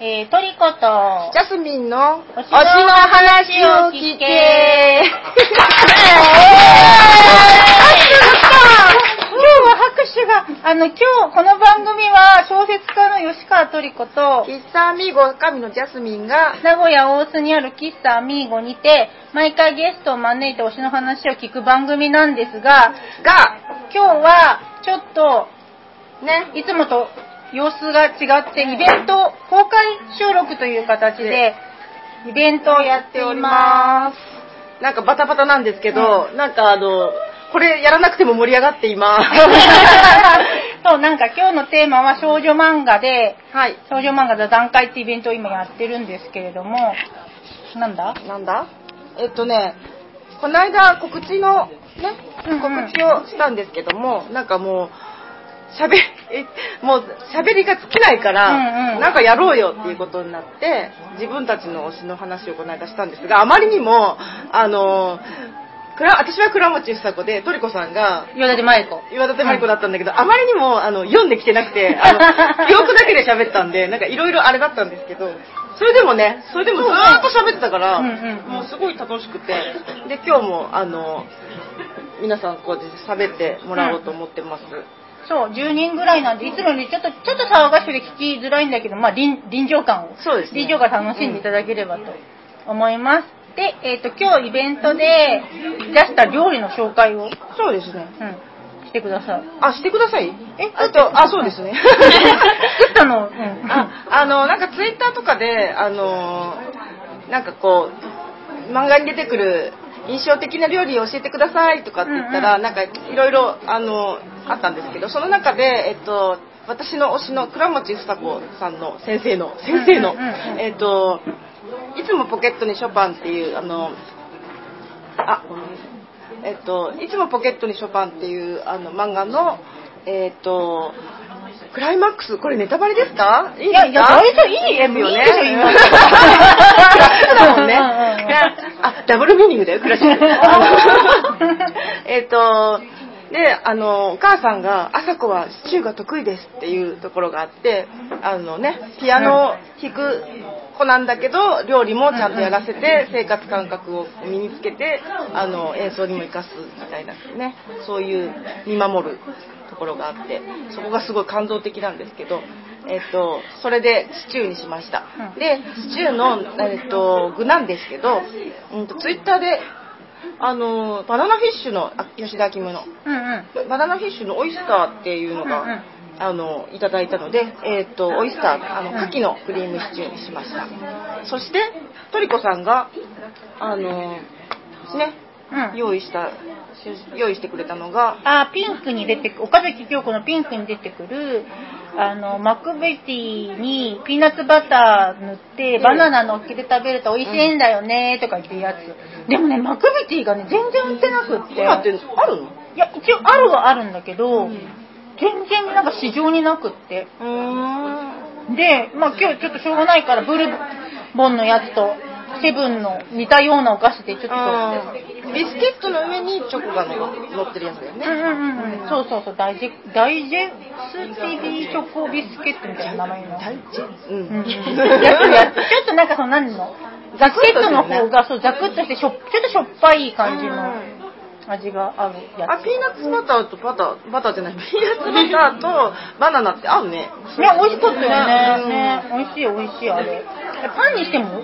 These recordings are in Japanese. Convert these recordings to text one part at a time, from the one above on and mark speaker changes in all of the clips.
Speaker 1: えー、トリコと
Speaker 2: ジ、ャスミンの推
Speaker 1: しの話を聞け 今日は拍手が、あの、今日この番組は小説家の吉川トリコと、
Speaker 2: 喫茶アミーゴ神のジャスミンが、
Speaker 1: 名古屋大津にある喫茶アミーゴにて、毎回ゲストを招いて推しの話を聞く番組なんですが、
Speaker 2: が、
Speaker 1: 今日はちょっと、
Speaker 2: ね、
Speaker 1: いつもと様子が違って、イベント公開収録という形で、イベントをやっております。
Speaker 2: なんかバタバタなんですけど、なんかあの、これやらなくても盛り上がっています。
Speaker 1: そう、なんか今日のテーマは少女漫画で、
Speaker 2: はい。
Speaker 1: 少女漫画座談会ってイベントを今やってるんですけれども、なんだ
Speaker 2: なんだえっとね、この間告知の、ね、
Speaker 1: うんうん
Speaker 2: 告知をしたんですけども、なんかもう、喋、え もう喋りが尽きないから、
Speaker 1: うんうん
Speaker 2: なんかやろうよっていうことになって、自分たちの推しの話をこの間したんですが、あまりにも、あの、くら私は倉持房子で、トリコさんが、
Speaker 1: よだてまえこ。
Speaker 2: 岩立真理子だったんだけど、あまりにもあの読んできてなくて、 あの記憶だけで喋ったんで、なんかいろいろあれだったんですけど、それでもね、それでもずーっと喋ってたから、
Speaker 1: うんうんうん
Speaker 2: もうすごい楽しくて、で、今日もあの、皆さんこうやって喋ってもらおうと思ってます。
Speaker 1: そう、10人ぐらいなんで、いつもよりちょっと、ちょっと騒がしくて聞きづらいんだけど、まあ、臨臨場感を、
Speaker 2: そうですね
Speaker 1: 臨場感楽しんでいただければと思います。で、えっ、と、今日イベントで出した料理の紹介を、
Speaker 2: そうですね。
Speaker 1: うん、してくだ さい。
Speaker 2: あ、してください
Speaker 1: え
Speaker 2: あと、あ、そうで すね。
Speaker 1: 作ったの、うん。
Speaker 2: ああのなんかツイッターとかであのなんかこう漫画に出てくる印象的な料理を教えてくださいとかって言ったら、
Speaker 1: うんうん
Speaker 2: なんかいろいろあのあったんですけどその中でえっと私の推しの倉持房子さんの先生の先生の、
Speaker 1: うんうんうん
Speaker 2: えっといつもポケットにショパンっていうあのあごめんえっといつもポケットにショパンっていうあの漫画のえっとクライマックスこれネタバレですかいいです
Speaker 1: いや
Speaker 2: か
Speaker 1: いや大丈夫いい
Speaker 2: ですよね
Speaker 1: いいでしょ今
Speaker 2: クラシックだもんね
Speaker 1: うんうんうん
Speaker 2: ねあダブルミーニングだよ クラシックあのえっとであのお母さんが「朝子はシチューが得意です」っていうところがあってあのねピアノを弾く子なんだけど料理もちゃんとやらせて生活感覚を身につけてあの演奏にも生かすみたいなねそういう見守るところがあってそこがすごい感動的なんですけど、えっとそれでシチューにしました、
Speaker 1: うん
Speaker 2: でシチューの、えっと具なんですけど、うん、とツイッターであのバナナフィッシュのあ吉田君の
Speaker 1: うんうん。
Speaker 2: バナナフィッシュのオイスターっていうのが、
Speaker 1: うんうん
Speaker 2: あのいただいたので、えっとオイスターあの
Speaker 1: うん
Speaker 2: 牡蠣のクリームシチューにしました、そしてトリコさんがあのね
Speaker 1: うん
Speaker 2: 用意した用意してくれたのが
Speaker 1: あピンクに出てく岡崎京子のピンクに出てくるあのマクベティにピーナッツバター塗ってバナナ乗っけて食べると美味しいんだよねとか言ってるやつでもねマクベティがね全然売ってなくって
Speaker 2: 今ってあるの
Speaker 1: いや一応あるはあるんだけど、
Speaker 2: うん
Speaker 1: 全然なんか市場になくって
Speaker 2: うーん
Speaker 1: でまあ今日ちょっとしょうがないからブルボンのやつとセブンの似たようなお菓子でちょっと
Speaker 2: あービスケットの上にチョコが乗ってるやつだよ
Speaker 1: うんう
Speaker 2: ね、
Speaker 1: んうんうん、そうそうそう、ダイジェ、ダイジェスティビーチョコビスケットみたいな名前の。
Speaker 2: うん
Speaker 1: うん うん、やつやつ。ちょっとなんかその何の、ザクッとの方が、そう、ザクッとしてしょ、ちょっとしょっぱい感じの味があるや
Speaker 2: あ
Speaker 1: つ。
Speaker 2: ピーナッツバターとバターバターじゃないピーナッツバターとバナナって合うね
Speaker 1: ね、美味しかったよね。ね
Speaker 2: うん、
Speaker 1: 美味しい美味しい、あれ。パンにしても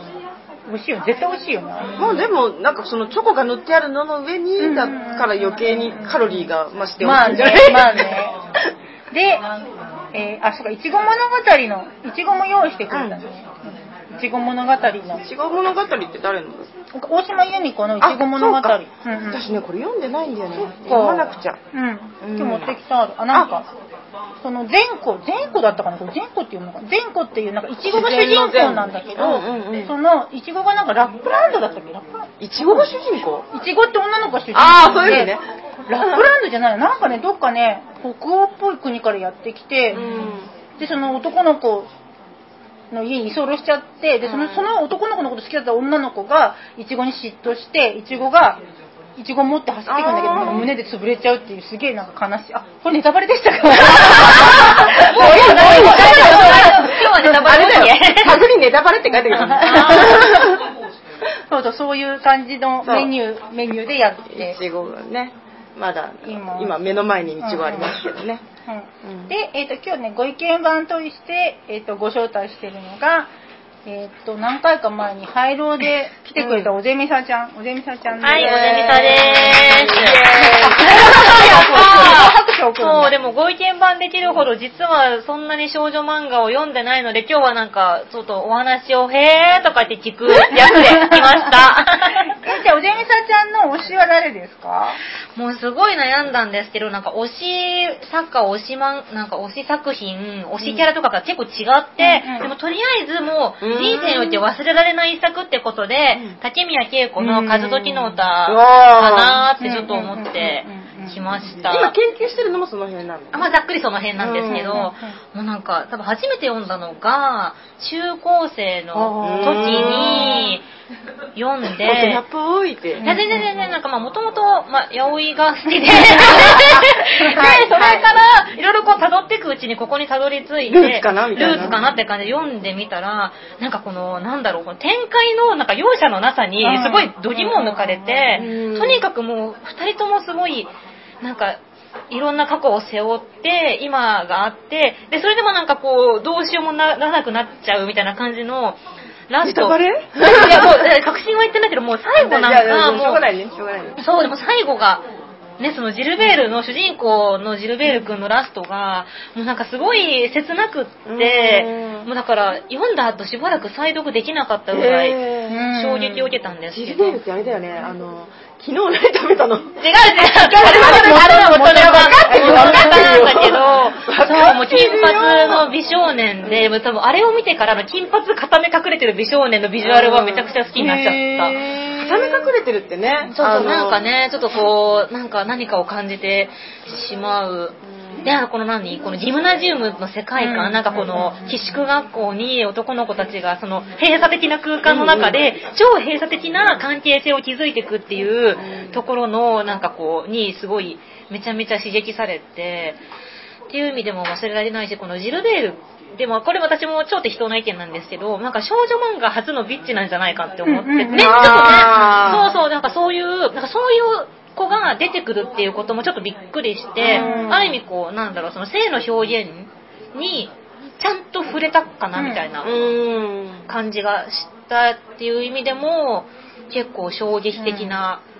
Speaker 1: 美味しいよ。絶対美味しいよね。あれ
Speaker 2: もうでもなんかそのチョコが塗ってあるのの上
Speaker 1: うん
Speaker 2: にだから余計にカロリーが増して美
Speaker 1: まあ
Speaker 2: 味しいん
Speaker 1: ね
Speaker 2: じゃない、
Speaker 1: まあ ね。で、えーあ、そうか、いちご物語の、いちごも用意してくれたね。いちご物語の。
Speaker 2: 違う物語って誰の
Speaker 1: 大島由美子のいちご物語。
Speaker 2: あそう
Speaker 1: う
Speaker 2: か
Speaker 1: んうん
Speaker 2: 私ねこれ読んでないんだよね
Speaker 1: そっか
Speaker 2: 読まなくちゃ
Speaker 1: う。
Speaker 2: うんん
Speaker 1: 今日持ってきたある。あ、なんか、その前後、前後だったかなこれ前後っていうのかな前後っていう、なんかいちごが主人公なんだけど、
Speaker 2: うんうんうん
Speaker 1: そのいちごがなんかラップランドだったっけラップランド
Speaker 2: いちごが主人公
Speaker 1: いちごって女の子が主人公で
Speaker 2: あーそうですね
Speaker 1: ラップランドじゃないなんかね、どっかね、北欧っぽい国からやってきて、で、その男の子の家に居候しちゃって、で、その
Speaker 2: うん
Speaker 1: その男の子のこと好きだった女の子が、いちごに嫉妬して、いちごが、いちご持って走っていくんだけど、
Speaker 2: あー
Speaker 1: なんか胸で潰れちゃうっていう、すげえなんか悲しい。あ、これネタバレ でしたかもう
Speaker 2: もういいよもういい
Speaker 1: 大
Speaker 2: よ
Speaker 1: 丈夫大丈夫
Speaker 2: あれだよ。探枝バレって書いてある
Speaker 1: そうだ、そういう感じのメニュー、メニューでやっ
Speaker 2: い
Speaker 1: て。
Speaker 2: ちごがねまだ
Speaker 1: 今
Speaker 2: 今目の前にいちごありますけどね、
Speaker 1: うんで、えっ、と、今日ね、ご意見番として、えっ、と、ご招待してるのが、えっ、と、何回か前に、廃炉で 来てくれたおぜみさちゃん、おぜみさちゃんです
Speaker 3: はい、お
Speaker 1: ね
Speaker 3: でみさです。
Speaker 2: イエーイ
Speaker 1: 拍 手を送る
Speaker 3: そう、でもご意見番できるほど、実はそんなに少女漫画を読んでないので、今日はなんか、ちょっとお話をへーとか言って聞く役で来ました。
Speaker 1: え、じゃあ、おぜみさちゃんの推しは誰ですか
Speaker 3: もうすごい悩んだんですけど、なんか推し作家、推しマン、なんか推し作品、推しキャラとかが結構違って、
Speaker 1: うんうん
Speaker 3: でもとりあえずもう
Speaker 2: うん
Speaker 3: 人生において忘れられない一作ってことで、
Speaker 2: うん
Speaker 3: 竹宮恵子の風時の歌
Speaker 2: うん
Speaker 3: かなーってちょっと思ってきました。
Speaker 2: 今研究してるのもその辺なの
Speaker 3: あまあ、ざっくりその辺なんですけど、
Speaker 1: うん
Speaker 3: もうなんか、多分初めて読んだのが、中高生の時に読んで、
Speaker 2: 大人っぽいって、
Speaker 3: いや、全然全然、なんかまあ、もともと、まあ、八百が好 きで、で、それから、いろいろこう、辿っていくうちに、ここに辿り着いて、
Speaker 2: ルーツかなみたいな
Speaker 3: ルーツかなって感じで読んでみたら、なんかこの、なんだろう、この展開の、なんか容赦のなさに
Speaker 1: うん、
Speaker 3: すごい度肝を抜かれ
Speaker 2: う
Speaker 3: て
Speaker 2: ん、
Speaker 3: とにかくもう、二人ともすごい、なんか、いろんな過去を背負って、今があって、で、それでもなんかこう、どうしようもならなくなっちゃうみたいな感じの、ラス
Speaker 2: ネタ
Speaker 3: ト。
Speaker 2: バ
Speaker 3: い
Speaker 2: レ
Speaker 3: や、もう、え確信は言ってないけど、もう最後なん
Speaker 2: いやいやも
Speaker 3: か、
Speaker 2: う
Speaker 3: も
Speaker 2: しょう
Speaker 3: う
Speaker 2: が、ないねしょうがないね
Speaker 3: そう、でも最後が、ね、そのジルベールの主人公のジルベール君のラストが、もうなんかすごい切なくって
Speaker 2: う、ん
Speaker 3: もうだから読んだ後しばらく再読できなかったぐらい衝撃を受けたんです
Speaker 2: ジ
Speaker 3: け
Speaker 2: ル
Speaker 3: ど。
Speaker 2: ベールってあれだよねあの昨日何食べたの
Speaker 3: 違う違う、あれは元ネバ元ネバなんだけ
Speaker 2: わ
Speaker 3: ど、そう、もう金髪の美少年で、もう多分あれを見てからの金髪固め隠れてる美少年のビジュアルはめちゃくちゃ好きになっちゃった。
Speaker 2: 固め隠れてるってね
Speaker 3: そう
Speaker 2: あ
Speaker 3: そう、
Speaker 2: の
Speaker 3: なんかね、ちょっとこう、なんか何かを感じてしまう。で、あの、この何このジムナジウムの世界
Speaker 1: うん
Speaker 3: 観、なんかこの
Speaker 1: うん、
Speaker 3: 寄宿学校に男の子たちが、その、閉鎖的な空間の中で、超閉鎖的な関係性を築いていくっていうところの、なんかこう、に、すごい、めちゃめちゃ刺激されて、っていう意味でも忘れられないし、このジルベール、でもこれ私も超適当な意見なんですけど、なんか少女漫画初のビッチなんじゃないかって思ってて、
Speaker 1: うんう
Speaker 3: ね、
Speaker 1: ん
Speaker 3: ち
Speaker 1: う
Speaker 3: ょ
Speaker 1: ん
Speaker 3: っとね、
Speaker 2: あー
Speaker 3: そうそう、なんかそういう、なんかそういう子が出てくるっていうこともちょっとびっくりして、
Speaker 2: うん
Speaker 3: ある意味こう、なんだろう、その性の表現に、ちゃんと触れたかな、みたいな
Speaker 2: うん
Speaker 3: 感じがしたっていう意味でも、結構衝撃的な、あ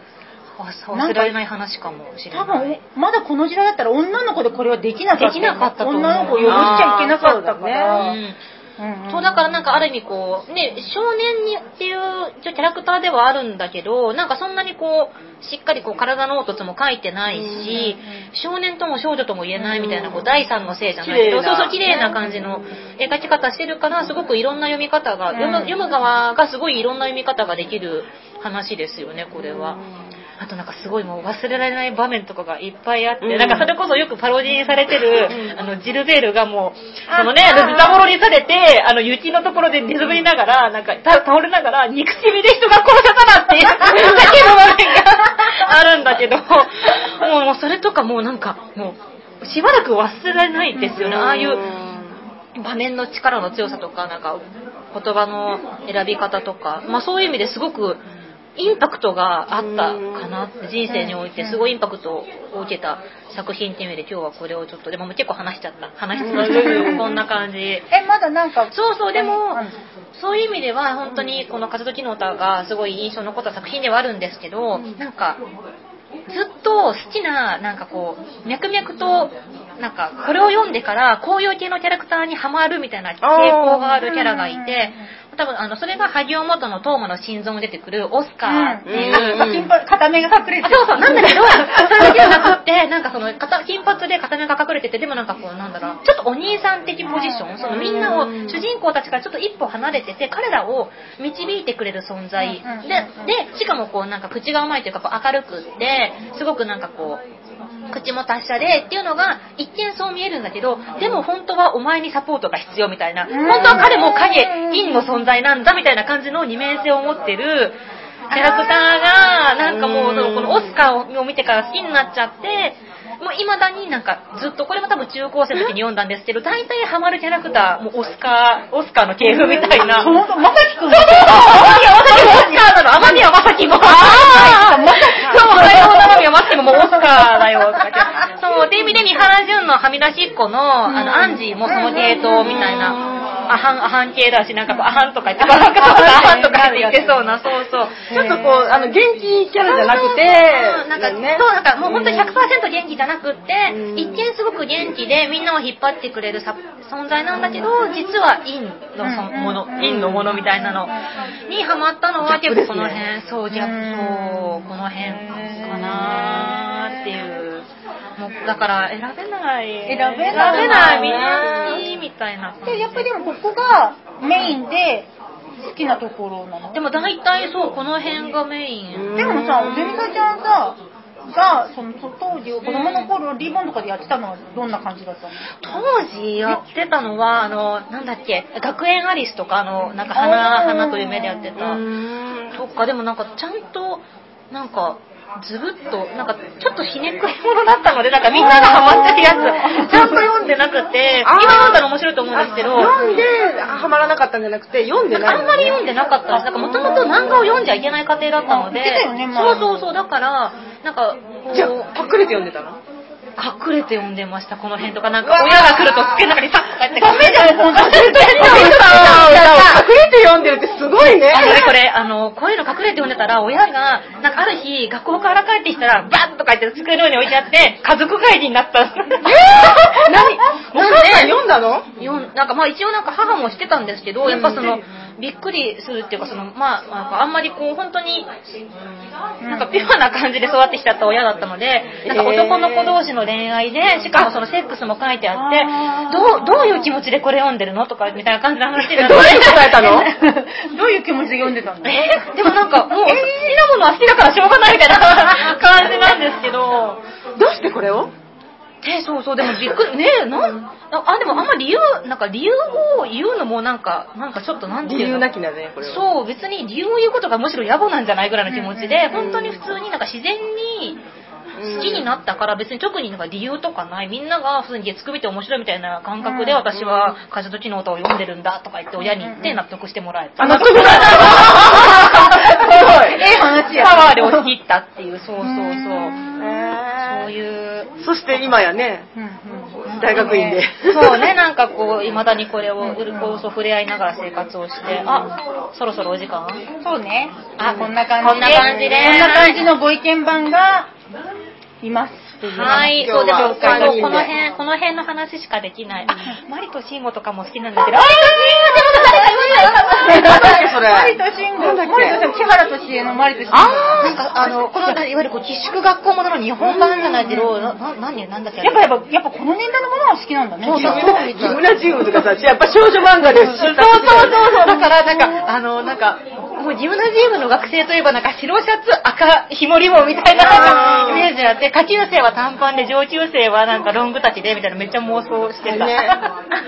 Speaker 3: 忘れられない話かもしれな
Speaker 1: 多
Speaker 3: い。
Speaker 1: 分、まだこの時代だったら女の子でこれはできなかったよね。
Speaker 3: できなかったと思う
Speaker 1: 女の子を汚しちゃいけなかったか
Speaker 2: あ
Speaker 1: ら。
Speaker 3: うん
Speaker 1: うんうん
Speaker 3: そうだからなんかある意味こう、ね、少年にっていう一応キャラクターではあるんだけど、なんかそんなにこう、しっかりこう体の凹凸も書いてないし、少年とも少女とも言えないみたいな、こう第三の性じゃないけ
Speaker 2: 綺麗
Speaker 3: ど、そ
Speaker 2: な
Speaker 3: うそう綺麗な感じの描き方してるから、すごくいろんな読み方
Speaker 1: う
Speaker 3: が、
Speaker 1: ん
Speaker 3: 読む読む側がすごいいろんな読み方ができる話ですよね、これは。あとなんかすごいもう忘れられない場面とかがいっぱいあって、
Speaker 2: うん
Speaker 3: なんかそれこそよくパロディにされてる、あの、ジルベールがもう、
Speaker 1: あ
Speaker 3: そのね、
Speaker 1: あ
Speaker 3: ズタボロにされて、あの、雪のところで寝そべりながら、なんか、た倒れながら、憎しみで人が殺せたなっていう叫ぶ場面があるんだけど、もう、もうそれとかもうなんか、もう、しばらく忘れられないですよね、ああいう、場面の力の強さとか、なんか言葉の選び方とか、まあそういう意味ですごくインパクトがあったかなって、人生においてすごいインパクトを受けた作品っていう意味で今日はこれをちょっと、でももう結構話しちゃった。話しちゃった
Speaker 2: うん
Speaker 3: こんな感じ。
Speaker 1: え、まだなんか、
Speaker 3: そうそう、でも
Speaker 1: うん、
Speaker 3: そういう意味では本当にこの活動機能歌がすごい印象に残った作品ではあるんですけど、なんか、ずっと好きな、なんかこう、脈々と、なんか、これを読んでから、こういう系のキャラクターにハマるみたいな傾向があるキャラがいて、多分、あの、それが萩尾元のトーマの心臓に出てくるオスカーっていう、
Speaker 2: うん
Speaker 1: あ金髪片目が隠れて
Speaker 3: あ、
Speaker 1: る
Speaker 3: そうそう、なん だけど、それだけじゃなくって、なんかその、片金髪で片目が隠れてて、でもなんかこう、なんだろう、ちょっとお兄さん的ポジション、そのみんな
Speaker 2: う
Speaker 3: を、
Speaker 2: ん
Speaker 3: 主人公たちからちょっと一歩離れてて、彼らを導いてくれる存在
Speaker 1: うんうんうん
Speaker 3: で、で、しかもこう、なんか口が甘いというか、こう明るくって、すごくなんかこう、口も達者でっていうのが一見そう見えるんだけど、でも本当はお前にサポートが必要みたいな、
Speaker 1: ん
Speaker 3: 本当は彼も影、陰の存在なんだみたいな感じの二面性を持ってるキャラクターが、なんかもう、そのこのオスカーを見てから好きになっちゃって、まも未だになんかずっとこれも多分中高生の時に読んだんですけど大体ハマるキャラクターもうオスカーオスカーの系譜みたいな
Speaker 1: ほんと、まさきくん。
Speaker 3: 天宮正もオスカーなの天宮正樹もああそう海洋天宮正樹ももうオスカーだよだけどそうっていう意味で三原淳のはみ出しっ子のあのアンジーもその系統みたいなアハンアハン系だしなんかこうアハンとか言ってバカとかアハンとか言って言ってそうなそうそう
Speaker 2: ちょっとこう、あの、元気キャラじゃなくて、
Speaker 3: なんか、
Speaker 2: ね
Speaker 3: そう、なんかもう本当に100%元気じゃなくって、
Speaker 2: うん
Speaker 3: 一見すごく元気でみんなを引っ張ってくれるさ存在なんだけど、実は陰のそもの、
Speaker 1: うん
Speaker 3: 陰のものみたいなのにハマったのは
Speaker 2: ギャッ
Speaker 3: 結
Speaker 2: プで
Speaker 3: 構
Speaker 2: すね
Speaker 3: この辺、そう、ギャップ、そうう、
Speaker 1: ん
Speaker 3: この辺かなーっていう。もうだから選べない。
Speaker 1: 選べない
Speaker 3: 選べない、みんな好きみたいな感じ。
Speaker 1: で、やっぱりでもここがメインで好きなところなの。
Speaker 3: でも大体そう、この辺がメイン。
Speaker 1: でもさ、ゼミカちゃんさ、が、その当時、子供の頃、リボンとかでやってたのはどんな感じだったの
Speaker 3: 当時やってたのは、あの、なんだっけ、学園アリスとか、あの、なんか花、
Speaker 1: あー
Speaker 3: 花と夢でやってた。
Speaker 2: ん
Speaker 3: とか、でもなんかちゃんと、なんか、ずぶっと、なんかちょっとひねくれ者だったので、なんかみんながハマってるやつ、ちゃんと読んでなくて、
Speaker 2: あー
Speaker 3: 今読んだら面白いと思うんですけど、
Speaker 2: 読んで、ハマらなかったんじゃなくて、読んで
Speaker 3: な
Speaker 2: ない
Speaker 3: んかあんまり読んでなかったんです。なんかもともと漫画を読んじゃいけない家庭だったので
Speaker 1: あ言ってたよね、前
Speaker 3: そうそうそう、だから、なんか、こう
Speaker 2: じゃあ、パックれて読んでたの
Speaker 3: 隠れて読んでました、この辺とか。なんか、親が来ると机の中にさ、こうやって。ダメだよ、こんな全然
Speaker 2: 隠れて読んでるってすごいね。
Speaker 3: あのね、これ、あの、こういうの隠れて読んでたら、親が、なんかある日、学校から帰ってきたら、バッとか言って机の上に置いてあって、家族会議になった。
Speaker 2: 何お母さん読んだの
Speaker 3: よんなんかまあ一応なんか母もしてたんですけど、やっぱその、びっくりするっていうか、その、まあ、なんかあんまりこう、本当に、なんかピュアな感じで育ってきちゃった親だったので、なんか男の子同士の恋愛で、しかもそのセックスも書いてあって
Speaker 1: あ、
Speaker 3: どう、どういう気持ちでこれ読んでるのとか、みたいな感じの話で。
Speaker 2: どうやって答 えたの
Speaker 1: どういう気持ちで読んでたの
Speaker 3: えーでもなんかもう、好きなものは好きだからしょうがないみたいな感じなんですけど、
Speaker 2: どうしてこれを
Speaker 3: え、そうそう、でもびっくり、ねえ、なん、あ、でもあんま理由、なんか理由を言うのもなんか、なんかちょっとなんて
Speaker 2: 理
Speaker 3: いう
Speaker 2: 由
Speaker 3: の
Speaker 2: なきだね、これは。
Speaker 3: そう、別に理由を言うことがむしろ野暮なんじゃないぐらいの気持ちで、
Speaker 1: うんうんうん
Speaker 3: 本当に普通になんか自然に好きになったから別に特になんか理由とかない、みんなが普通に月9見て面白いみたいな感覚で
Speaker 1: うん
Speaker 3: 私は風時の歌を読んでるんだとか言って親に言って納得してもらえた。
Speaker 2: あ、納得だ すごい。
Speaker 1: ええ話や。
Speaker 3: パワーで押し切ったっていう、そうそうそう。そ
Speaker 2: え
Speaker 3: ういう。
Speaker 2: ーそして今やね、
Speaker 1: うんうん
Speaker 2: 大学院で。
Speaker 3: そうね、なんかこう、未だにこれを、うるこうそ触れ合いながら生活をして、あ、そろそろお時間
Speaker 1: そうね。
Speaker 3: あ
Speaker 1: こんな感じで。
Speaker 3: こんな感じで
Speaker 1: こんな感じのご意見番が、い ます。
Speaker 3: はい、
Speaker 2: 今
Speaker 3: そう
Speaker 2: 日
Speaker 3: です。
Speaker 2: は
Speaker 3: そうこの
Speaker 2: 三人
Speaker 3: 辺、この辺の話しかできない。あ、マリとシーモとかも好きなんだけど、あマリと
Speaker 2: なんだっけ、
Speaker 3: シーモでも誰か言わないよ
Speaker 2: それ。
Speaker 1: マリとシンゴ。
Speaker 2: なんだっ
Speaker 1: マリとシン
Speaker 2: け。
Speaker 1: ゴ。木原としえのマリとシンゴ。
Speaker 3: あーなんかあの、この、いわゆるこう、寄宿学校ものの日本版じゃないけど、な、な、何なんだっけ
Speaker 1: やっぱやっぱ、やっぱこの年代のものが好きなんだね。
Speaker 3: そうそうそう
Speaker 2: 木村ジムとかさ、やっぱ少女漫画です。
Speaker 3: そうそうそうそう、だからなんか、あの、なんか、もうジムナジウムの学生といえばなんか白シャツ、赤、ひもリボンみたいななんかイメージがあって、下級生は短パンで、上級生はなんかロング丈でみたいなめっちゃ妄想してた。
Speaker 2: ね、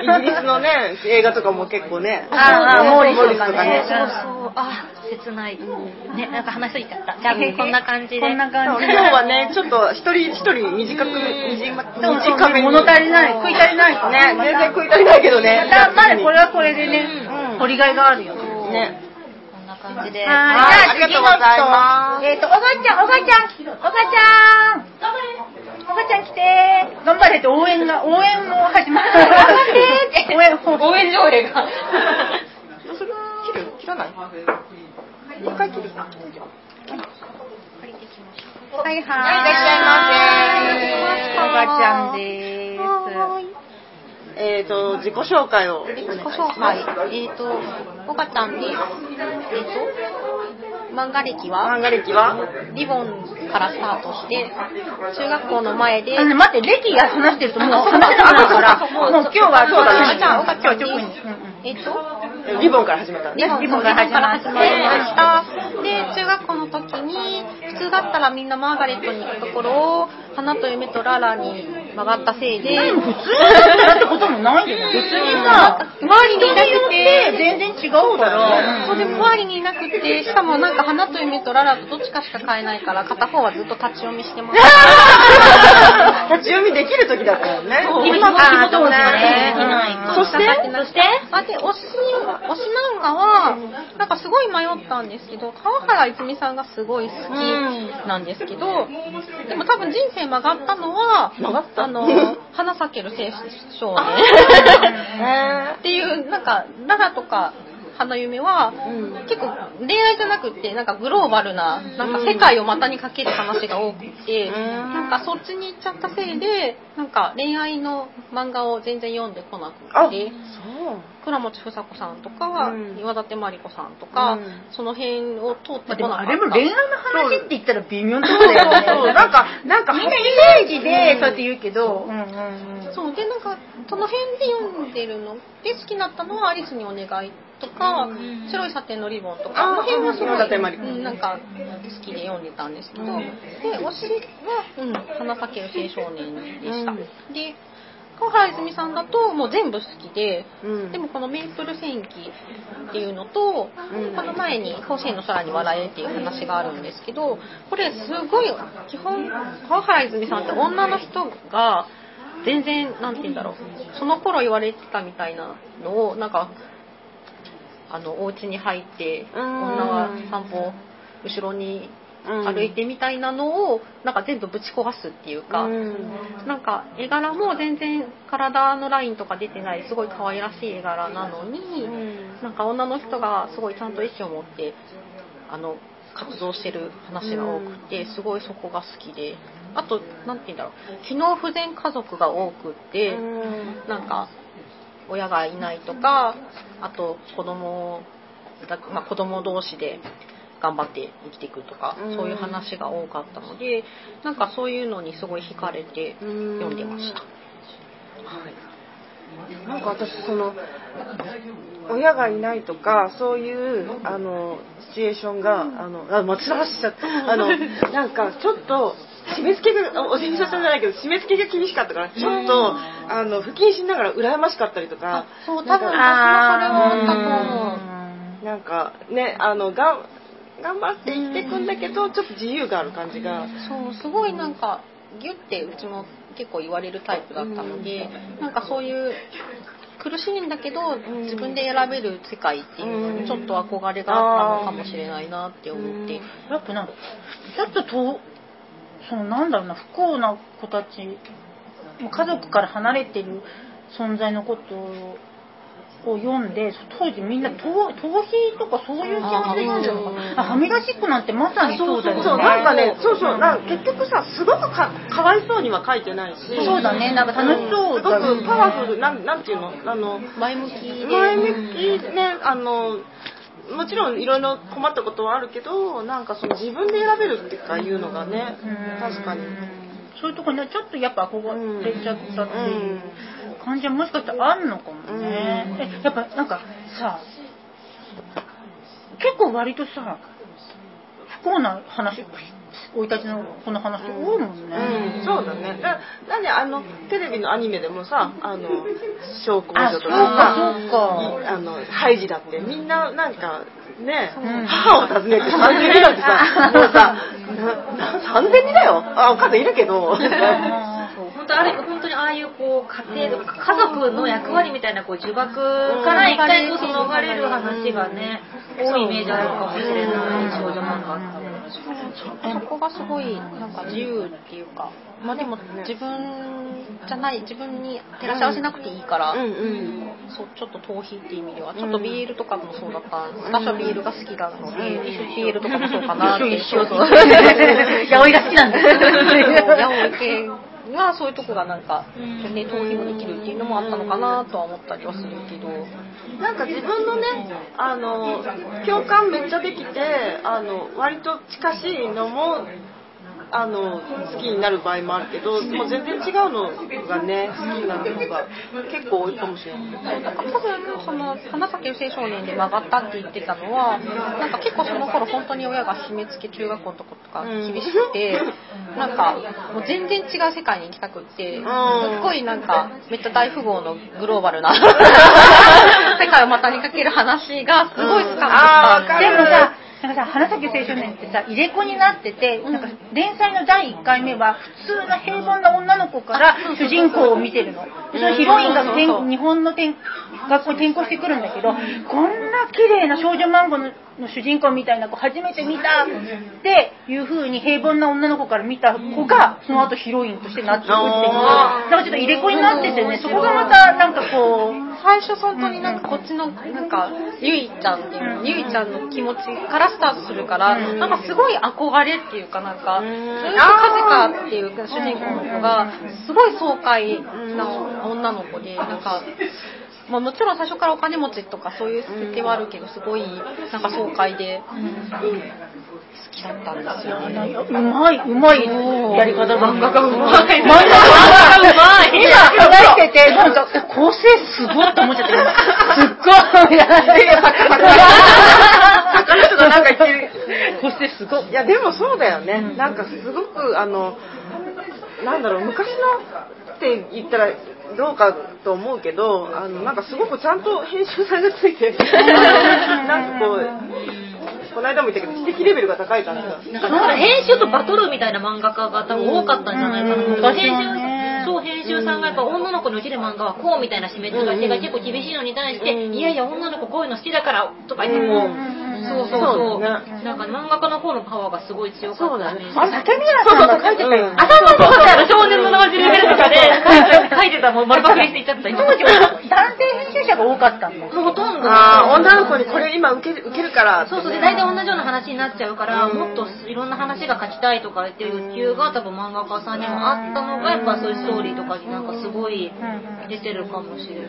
Speaker 2: イギリスのね、映画とかも結構ね、
Speaker 1: あー
Speaker 2: モーリ
Speaker 1: モーリ
Speaker 2: ス
Speaker 1: スと
Speaker 2: とか
Speaker 1: か
Speaker 2: ね
Speaker 1: ね。
Speaker 3: そうそう、あ、切ない。ね、なんか話しといちゃった。じゃあもうこんな感じで。
Speaker 1: こんな
Speaker 2: そ
Speaker 1: 感
Speaker 2: う
Speaker 1: じ
Speaker 2: 今日はね、ちょっと一人一人短く、
Speaker 1: そうそう
Speaker 2: 短めに。
Speaker 1: 物足りない。食い足りないか
Speaker 2: ね、全然食い足りないけどね。
Speaker 1: また、まだこれはこれでね
Speaker 2: うん、
Speaker 1: 掘りがいがあるよ。はい。
Speaker 2: ね。
Speaker 3: こんな感じで。
Speaker 1: じ
Speaker 2: は
Speaker 1: ゃ
Speaker 2: い
Speaker 1: あ
Speaker 2: ありが
Speaker 1: 次
Speaker 2: とう
Speaker 1: の
Speaker 2: ございま
Speaker 1: 人。えっと、おがちゃん、おがちゃん、おがちゃん。頑張れ。おがちゃん来てー。頑張れって応援が、応援も始まる。頑張って ー応援、ほう
Speaker 3: 応援上映が。
Speaker 2: どうする切る切らない一回切るか。
Speaker 1: はいはい。いらっし
Speaker 2: ゃいませ
Speaker 1: おがちゃんでーす。
Speaker 2: えーと、自己紹介を。
Speaker 4: 自己紹介、えーと、おかちゃんです。えーと、漫画歴は
Speaker 2: 漫画歴は
Speaker 4: リボンからスタートして、中学校の前で、
Speaker 1: あの、待って、歴や話してるともう話せなくなるから、もう今日はそうだね。今日は特に。
Speaker 4: えーと、
Speaker 2: リボンから始めたの
Speaker 4: リ
Speaker 2: ね。
Speaker 4: ボン
Speaker 1: リボンから始まっ
Speaker 4: リ
Speaker 1: て
Speaker 4: ボンから始まりました。で、中学校の時に、普通だったらみんなマーガレットに行くところを、花と夢とララに曲がったせいで、
Speaker 1: 普通になったこともないよね。別にさ、
Speaker 4: 周りにいなくて、
Speaker 1: で全然違うから、
Speaker 3: そうで小割にいなくってしかもなんか花と夢とララとどっちかしか買えないから片方はずっと立ち読みして ます
Speaker 2: 立ち読みできる時だったよね。
Speaker 1: 今も仕事もね
Speaker 3: うん
Speaker 2: そして
Speaker 5: そして
Speaker 3: あで推し推し漫画はなんかすごい迷ったんですけど川原泉さんがすごい好きなんですけど、でも多分人生曲がったのは
Speaker 2: 曲がった
Speaker 3: あの花咲ける青少年っていうなんかララとか花夢は
Speaker 2: うん
Speaker 3: 結構恋愛じゃなくてなんかグローバルななんか世界を股にかける話が多くて、なんかそっちに行っちゃったせいでなんか恋愛の漫画を全然読んでこな
Speaker 2: あ
Speaker 3: くて。倉持房子さんとか、
Speaker 2: うん
Speaker 3: 岩立真理子さんとか、
Speaker 2: うん
Speaker 3: その辺を通ってこなか
Speaker 1: でもあ
Speaker 3: った
Speaker 1: れも恋愛の話って言ったら微妙なとこだよね。
Speaker 2: そう
Speaker 1: なんか、なんかみんなイメージでそうやって言うけど、うんうんうん。
Speaker 3: そうでなんかその辺で読んでるので好きになったのは「アリスにお願い」とか、白いサテンのリボン」とか
Speaker 2: あー
Speaker 3: あの辺はすごい、
Speaker 2: 白いサテンマリコ
Speaker 3: うんなんか好きで読んでたんですけど、で推しは「うん、花咲ける青少年」でした、
Speaker 2: うん
Speaker 3: で川原泉さんだともう全部好きで
Speaker 2: うん
Speaker 3: でもこの「メイプル戦記」っていうのと、
Speaker 2: うん
Speaker 3: この前に「甲子園の空に笑え」っていう話があるんですけどこれすごい基本川原泉さんって女の人が全然なんて言うんだろうその頃言われてたみたいなのをなんかあのお家に入って
Speaker 2: うん
Speaker 3: 女は散歩後ろに
Speaker 2: うん
Speaker 3: 歩いてみたいなのをなんか全部ぶち壊すっていうか。
Speaker 2: うん
Speaker 3: なんか絵柄も全然体のラインとか出てないすごい可愛らしい絵柄なのに、なんか女の人がすごいちゃんと意思を持ってあの活動してる話が多くてすごいそこが好きであと何て言うんだろう機能不全家族が多くって、なんか親がいないとかあと子供だまあ子供同士で頑張って生きていくとか、
Speaker 2: うん
Speaker 3: そういう話が多かったのでなんかそういうのにすごい惹かれて
Speaker 2: うん
Speaker 3: 読んでました。
Speaker 2: なんか私その親がいないとかそういうあのシチュエーションがあのあまた話しちゃったあのなんかちょっと締め付けがあおじいさんじゃないけど締め付けが厳しかったからちょっとあの不謹慎ながら羨ましかったりとか
Speaker 3: そう
Speaker 2: 多
Speaker 3: 多
Speaker 2: 分私
Speaker 3: 分私
Speaker 2: も
Speaker 3: も
Speaker 1: そ
Speaker 3: そ
Speaker 1: れ
Speaker 3: れ
Speaker 1: はあっと思う
Speaker 2: なん
Speaker 3: はあったたと思う。
Speaker 2: かねあのがん頑張って生きていくんだけどちょっと自由がある感じが
Speaker 3: そうすごいなんかギュってうちも結構言われるタイプだったので、なんかそういう苦しいんだけど、
Speaker 2: ん
Speaker 3: 自分で選べる世界っていうの
Speaker 2: うん
Speaker 3: にちょっと憧れがあったのかもしれないなって思って、
Speaker 1: やっぱなんか、ちょっとと、そのなんだろうな、不幸な子たち、もう家族から離れてる存在のことを、読んで当時みんな逃逃避とかそういう気持ちで読んでるのか
Speaker 2: あー
Speaker 1: なあはみ出しっこなんてまさにそうだよね
Speaker 2: そうなんかねそうそうなんか結局さすごくかかわいそうには書いてないし
Speaker 1: そうだねなんか楽しそう
Speaker 2: すご
Speaker 1: だね
Speaker 2: くパワフルなんなんていうのあの
Speaker 3: 前向きで
Speaker 2: 前向きねあのもちろんいろいろ困ったことはあるけどなんかその自分で選べるっていうかいうのがね
Speaker 1: うん
Speaker 2: 確かに
Speaker 1: そういうとこにねちょっとやっぱ憧れちゃったっていう
Speaker 2: う
Speaker 1: 感じはもしかしたらあんのかもね、
Speaker 2: うん
Speaker 1: えやっぱなんかさ結構割とさ不幸な話生い立ちのこの話多いもんね、
Speaker 2: うん、そうだね。ななんであのテレビのアニメでもさ、あの証拠
Speaker 1: あ
Speaker 2: 女
Speaker 1: そう
Speaker 2: とか
Speaker 1: か
Speaker 2: さ、
Speaker 1: そう
Speaker 2: い
Speaker 1: か
Speaker 2: あのハイジだってみんななんかね、
Speaker 1: ん
Speaker 2: 母を訪ねて三千人だってさ、もうさ、なな三千人だよ。あお母さんいるけど。
Speaker 1: あ
Speaker 5: そう本当あれ本当にああいうこう家庭とか家族の役割みたいなこう呪縛から一回こうその逃れる話がね多いイメージあるかもしれない少女漫画って。
Speaker 3: そこがすごいなんか自由っていうか、まあでも自分じゃない自分に照らし合わせなくていいから、
Speaker 2: うんうん。
Speaker 3: そうちょっと逃避っていう意味ではちょっと BL とかもそうだったんです私は BL が好きなので、BL とかもそうか なって
Speaker 1: 一緒一緒
Speaker 3: そう
Speaker 1: ヤオイが好きなんだ
Speaker 3: ヤオイ系はそういうとこがなんか自分で逃避もできるっていうのもあったのかなとは思ったりはするけど、
Speaker 2: なんか自分のね、あの共感めっちゃできて、あの割と近しいのもあの好きになる場合もあるけどもう全然違うのがね好きになるのが結構多いかもしれな
Speaker 4: そ
Speaker 2: い
Speaker 4: うだから多分その花咲宇宙少年で曲がったって言ってたのはなんか結構その頃本当に親が締め付け中学校のとことか厳しくて、 なんかもう全然違う世界に行きたくって、すっごいなんかめっちゃ大富豪のグローバル な世界をまたにかける話がすごい深かったん
Speaker 1: で
Speaker 4: で、
Speaker 1: もさ、なんかさ、花咲青少年ってさ、入れ子になってて、なんか連載の第1回目は、普通の平凡な女の子から主人公を見てるの。でそのヒロインが転
Speaker 4: そうそうそう
Speaker 1: 日本の転学校に転校してくるんだけど、こんな綺麗な少女漫画のの主人公みたいな子初めて見たっていう風に平凡な女の子から見た子が、その後ヒロインとしてなってくっていう、なんかちょっと入れ子になっててね、そこがまたなんかこう、
Speaker 4: 最初本当になんかこっちのなんかゆいちゃんっていう
Speaker 1: うん
Speaker 4: ゆいちゃんの気持ちからスタートするから
Speaker 2: うん
Speaker 4: なんかすごい憧れっていうかなんか
Speaker 2: う
Speaker 4: ず
Speaker 2: ん
Speaker 4: っとカジカっていう主人公の子がすごい爽快な女の子でなんか。まあ、もちろん最初からお金持ちとかそういう設定はあるけどすごいなんか爽快で好きだったんですよね。
Speaker 1: うまい、うまいやり方だ漫画がうまい。漫画
Speaker 3: がうまい
Speaker 1: 今、話してて、なんか、え構成すごいって思っちゃったけど、すっごい。いやいや、作 家の人がなんか言ってる。構成すごい。
Speaker 2: いやでもそうだよね、なんかすごくあのなんだろう昔のって言ったらどうかと思うけどあのなんかすごくちゃんと編集されがついて なんかこうこの間も言ったけど知的レベルが高いからさ
Speaker 3: なんかだから編集とバトルみたいな漫画家が多分多かったんじゃないかなと思って、
Speaker 1: うん
Speaker 3: 編
Speaker 1: うん
Speaker 3: 集そう編集さんがやっぱ女の子のうちで漫画はこうみたいな締め付けが結構厳しいのに対して、
Speaker 2: うん
Speaker 3: いやいや女の子こういうの好きだからとか言っても、
Speaker 1: うん
Speaker 3: そうそう
Speaker 2: そ
Speaker 3: そうう、
Speaker 2: だね
Speaker 3: なんか漫画家の方のパワーがすごい強かった
Speaker 2: そうだね
Speaker 1: あ、竹宮さんが書いてたよね。
Speaker 3: あ、そうそうそうそう、少年の名前レベルと かで書いてた、もう丸パクリしていっちゃった。一文字も
Speaker 1: 男性編集者が多かったんだ。
Speaker 3: もうほとんど。
Speaker 2: ああ女の子にこれ今受ける受けるからって
Speaker 3: そ
Speaker 2: ね
Speaker 3: うそうで大体同じような話になっちゃうから、
Speaker 2: うん
Speaker 3: もっといろんな話が書きたいとかっていう欲求が多分漫画家さんにもあったのがやっぱそういうストーリーとかになんかすごい
Speaker 1: んうん
Speaker 3: 出てるかもしれない。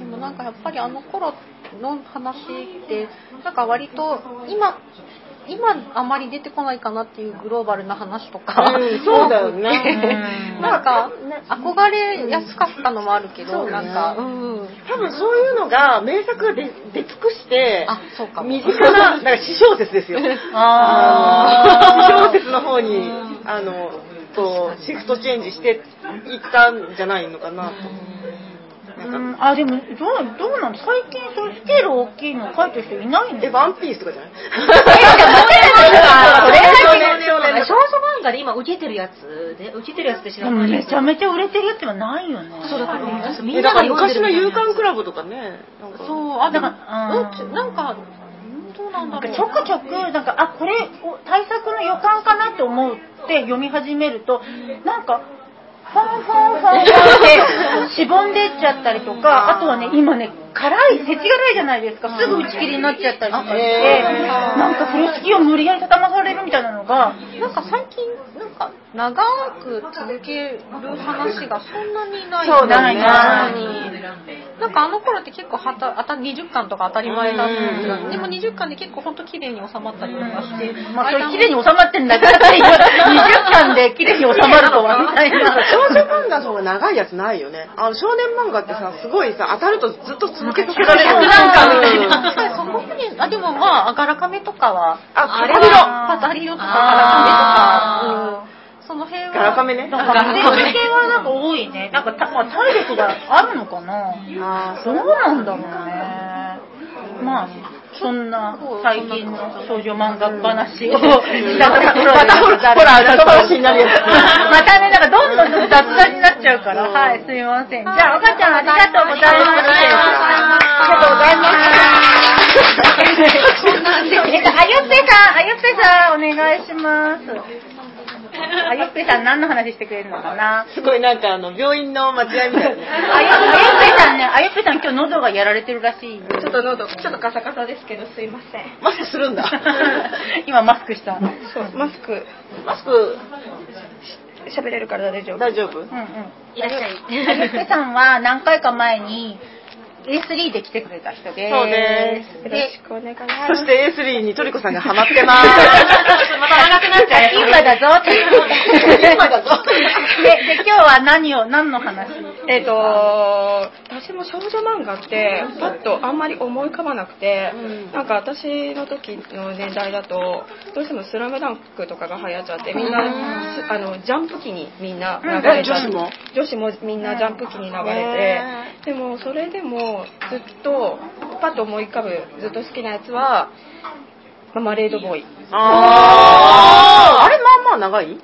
Speaker 4: でもなんかやっぱりあの頃の話ってなんか割と今今あまり出てこないかなっていうグローバルな話とか、
Speaker 2: うんそうだよね
Speaker 1: うん
Speaker 4: なんか憧れやすかったのもあるけど、
Speaker 2: そう
Speaker 4: な
Speaker 2: だね
Speaker 4: んか、うん、
Speaker 2: 多分そういうのが名作が出出尽くして
Speaker 4: あそうかも
Speaker 2: 身近ななんか私小説ですよ
Speaker 1: あ
Speaker 2: 小説の方にあのこうシフトチェンジしていったんじゃないのかなと
Speaker 1: う
Speaker 2: なんか
Speaker 1: ん、あ、でも、どう、どうなの最近、そういうスケール大きいの書いてる人いないの
Speaker 2: えワンピースとかじゃない
Speaker 3: 少年漫画で今受けてるやつで受けてるやつって知
Speaker 1: で
Speaker 3: ら
Speaker 1: も
Speaker 3: ない。
Speaker 1: めちゃめちゃ売れてるやつはないよね。
Speaker 3: そうだからねみん
Speaker 2: え
Speaker 3: な
Speaker 2: だ
Speaker 3: が
Speaker 2: から
Speaker 3: 読ん
Speaker 2: 昔
Speaker 3: でる
Speaker 2: の
Speaker 3: みたいな
Speaker 2: 夕刊クラブとかねなんか
Speaker 4: そうあでも
Speaker 1: だからうん
Speaker 4: うんちなんかどうなんだろ
Speaker 1: なんか
Speaker 4: う
Speaker 1: ちょくちょく、なんか、あ、これ、お対策の予感かなと思って読み始めると、なんか、ファンファンファンファンって、しぼんでっちゃったりとか、あとはね、今ね、辛い、せちがらいじゃないですか、すぐ打ち切りになっちゃったりとかして、
Speaker 2: へー
Speaker 1: なんか風呂敷を無理やり畳まされるみたいなのが、
Speaker 4: なんか最近なんか長く続ける話がそんなにない
Speaker 2: そうだね
Speaker 4: なんかあの頃って結構はたあた20巻とか当たり前だったんです
Speaker 2: うんうんう
Speaker 4: よ
Speaker 2: ん
Speaker 4: でも20巻で結構本当綺麗に収まったりとかして、
Speaker 1: まあ、それ
Speaker 4: 間も
Speaker 1: 綺麗に収まってんだけど、20巻で綺麗に収まるとは、みたい
Speaker 2: なんか
Speaker 1: な。
Speaker 2: 少女 漫画の方が長いやつないよねあの少年漫画ってさすごいさ当たるとずっと続けさせられる
Speaker 1: 100何 巻みたい
Speaker 4: 確かにそこまであでもまああがらかめとかは
Speaker 2: あ
Speaker 3: あれ
Speaker 1: は
Speaker 4: パタリロとか
Speaker 1: あ
Speaker 4: あがらかめとか、うん、その辺は
Speaker 2: ガラカメね
Speaker 1: なんか、学生系はなんか多いね。なんかた、まあ、体力があるのかな。
Speaker 2: あー
Speaker 1: どうなんだろうね。まあ、そんな最近の少女漫画話をしたところで。
Speaker 2: またほらほら後回しになるやつ
Speaker 1: またね、なんかどんどんどんどん雑談になっちゃうから。はい、すみません。じゃあ、岡ちゃんありがとうございました。ありがとうございました。えっと、あゆっぺさん、あゆっぺさん、お願いします。あゆっぺさん、何の話してくれるのかな
Speaker 2: すごいなんかあの病院の待合みたいなね
Speaker 1: あゆあゆっぺさんね、あゆっぺさん今日喉がやられてるらし いよ。
Speaker 6: ちょっと喉、ちょっとガサガサですけど、すいません。
Speaker 2: マスクするんだ
Speaker 1: 今マスクした。うん
Speaker 6: マスク、
Speaker 2: マスク
Speaker 6: 喋れるから大丈夫。
Speaker 2: 大丈夫
Speaker 1: うん。
Speaker 3: いらっしゃい。
Speaker 1: ゆっぺさんは何回か前に、 A3 で来てくれた人です。
Speaker 2: そうで
Speaker 6: よろしくお願いし
Speaker 2: そ
Speaker 6: ます。
Speaker 2: して A3 にトリコさんがハマってま
Speaker 3: また長くなっちゃう
Speaker 1: 今だぞって。
Speaker 2: 今だぞ
Speaker 1: でで、今日は何を、何の話
Speaker 6: えっ、と私も少女漫画ってパッとあんまり思い浮かばなくて、なんか私の時の年代だとどうしても「スラムダンクとかが流行っちゃってみんな、すあのジャンプ期にみんな流れ
Speaker 2: え
Speaker 6: ちゃ
Speaker 2: 女
Speaker 6: っ
Speaker 2: 子
Speaker 6: て
Speaker 2: も
Speaker 6: 女子もみんなジャンプ期に流れ
Speaker 2: へ
Speaker 6: てでもそれでもずっとパッと思い浮かぶずっと好きなやつはまあマレードボーイ
Speaker 2: すあーあれまあまあ長い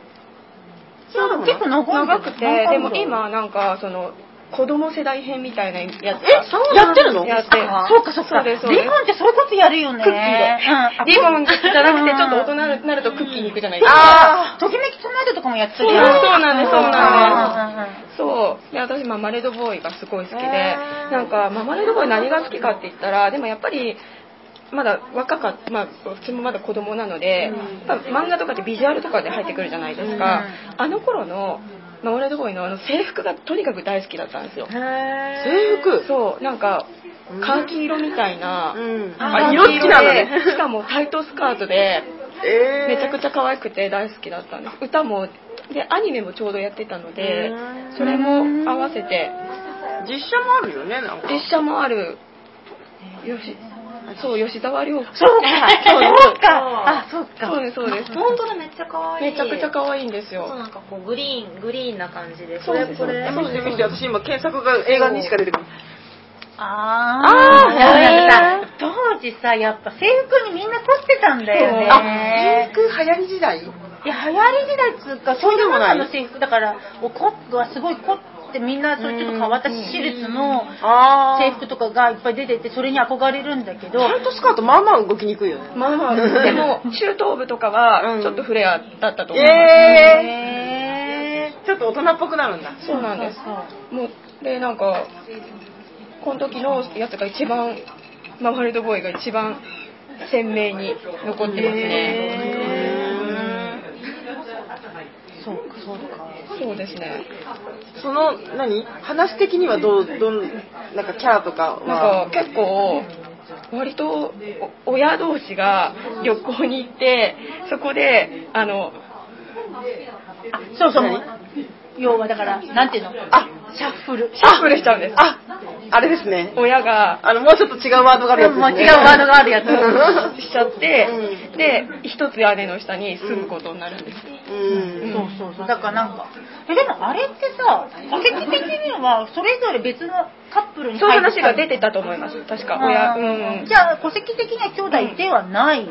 Speaker 2: そうでもない
Speaker 1: 結構長いんだ
Speaker 6: 長
Speaker 1: よ
Speaker 6: くてでも今なんかその子供世代編みたいなやつ
Speaker 2: えそうやってるの
Speaker 6: やってる
Speaker 1: あそうかそうか。
Speaker 6: そう
Speaker 1: リ
Speaker 6: です
Speaker 1: ボ
Speaker 6: そうです
Speaker 1: ンってそういうことやるよね。
Speaker 6: クッキーが。リボンじゃなくて、ちょっと大人になるとクッキーに行くじゃないですか。
Speaker 2: あ
Speaker 1: ときめきトナイトとかもやって
Speaker 6: そう
Speaker 1: るよね。
Speaker 6: なんです、そうなん
Speaker 1: ん
Speaker 6: です。そう。で、私、ママレードボーイがすごい好きで、
Speaker 2: へー
Speaker 6: なんか、ママレードボーイ何が好きかって言ったら、でもやっぱり、まだ若かった、まあ、うちもまだ子供なので、やっぱ漫画とかってビジュアルとかで入ってくるじゃないですか。あの頃の、ママレードボーイのあの制服がとにかく大好きだったんですよ。
Speaker 2: ー制服
Speaker 6: そう、なんか、カーキ色みたいな、
Speaker 2: うん
Speaker 6: カ
Speaker 2: あ
Speaker 6: ーキ
Speaker 2: 色好きなんだね
Speaker 6: 色でしかもタイトスカートで、
Speaker 2: え
Speaker 6: めちゃくちゃ可愛くて大好きだったんです歌もでアニメもちょうどやってたので
Speaker 2: うん
Speaker 6: それも合わせて
Speaker 2: 実写もあるよねなんか
Speaker 6: 実写もあるよしそう吉沢亮
Speaker 1: そうか、そうか。あ、そうか。
Speaker 6: そうですそうです
Speaker 3: 本当だめっちゃ可愛い
Speaker 6: めちゃくちゃ可愛いんです
Speaker 3: そう
Speaker 6: よ
Speaker 3: なんかこうグリーングリーンな感じでこ
Speaker 6: そう
Speaker 3: れ
Speaker 6: です
Speaker 3: これ
Speaker 6: そう
Speaker 2: 見して見して私今検索が映画にしか出てこない
Speaker 1: あ
Speaker 2: あー
Speaker 1: ー、なんかさ、当時さ、やっぱ制服にみんな凝ってたんだよ
Speaker 2: あ
Speaker 1: ね
Speaker 2: ピン。ク流行り時代
Speaker 1: いや、流行り時代っつうか、そういうものの制服だから、おコップはすごい凝って、みんな、それちょっと変わった私立の
Speaker 2: あ
Speaker 1: 制服とかがいっぱい出てて、それに憧れるんだけど、
Speaker 2: タイトスカートまあまあ動きにくいよね
Speaker 6: まあまあでも中等部とか
Speaker 2: うん
Speaker 6: はちょっとフレアだったと思います
Speaker 2: え
Speaker 1: へ
Speaker 2: ー、ちょっと大人っぽくなるんだ
Speaker 6: そうなんですもうでなんかこの時のやつが一番ママレードボーイが一番鮮明に残ってますね
Speaker 1: そうか、そうか。
Speaker 6: そうですね
Speaker 2: その何話的にはどうどんなんかキャラとか
Speaker 6: な
Speaker 2: は
Speaker 6: んか結構割とお親同士が旅行に行ってそこであ
Speaker 1: あ、
Speaker 6: の
Speaker 1: そうそう。要はだから、なんていうのあ、シャッフル。
Speaker 6: シャッフルしちゃうんです
Speaker 2: ああれですね
Speaker 6: 親が
Speaker 2: あのもうちょっと違うワードがあるやつです、ね、
Speaker 1: まあ違うワードがあるやつ
Speaker 6: しちゃって
Speaker 2: う
Speaker 6: で一つ屋根の下に住むことになるんです
Speaker 2: うん
Speaker 1: そうそうそう。だからなんか、え、でもあれってさ、結局的には、それぞれ別のカップルに
Speaker 6: そういう
Speaker 1: 入ってた
Speaker 6: 話が
Speaker 1: の
Speaker 6: 出てたと思います確か親
Speaker 1: あー
Speaker 6: うん
Speaker 1: じゃあ、戸籍的には兄弟ではない。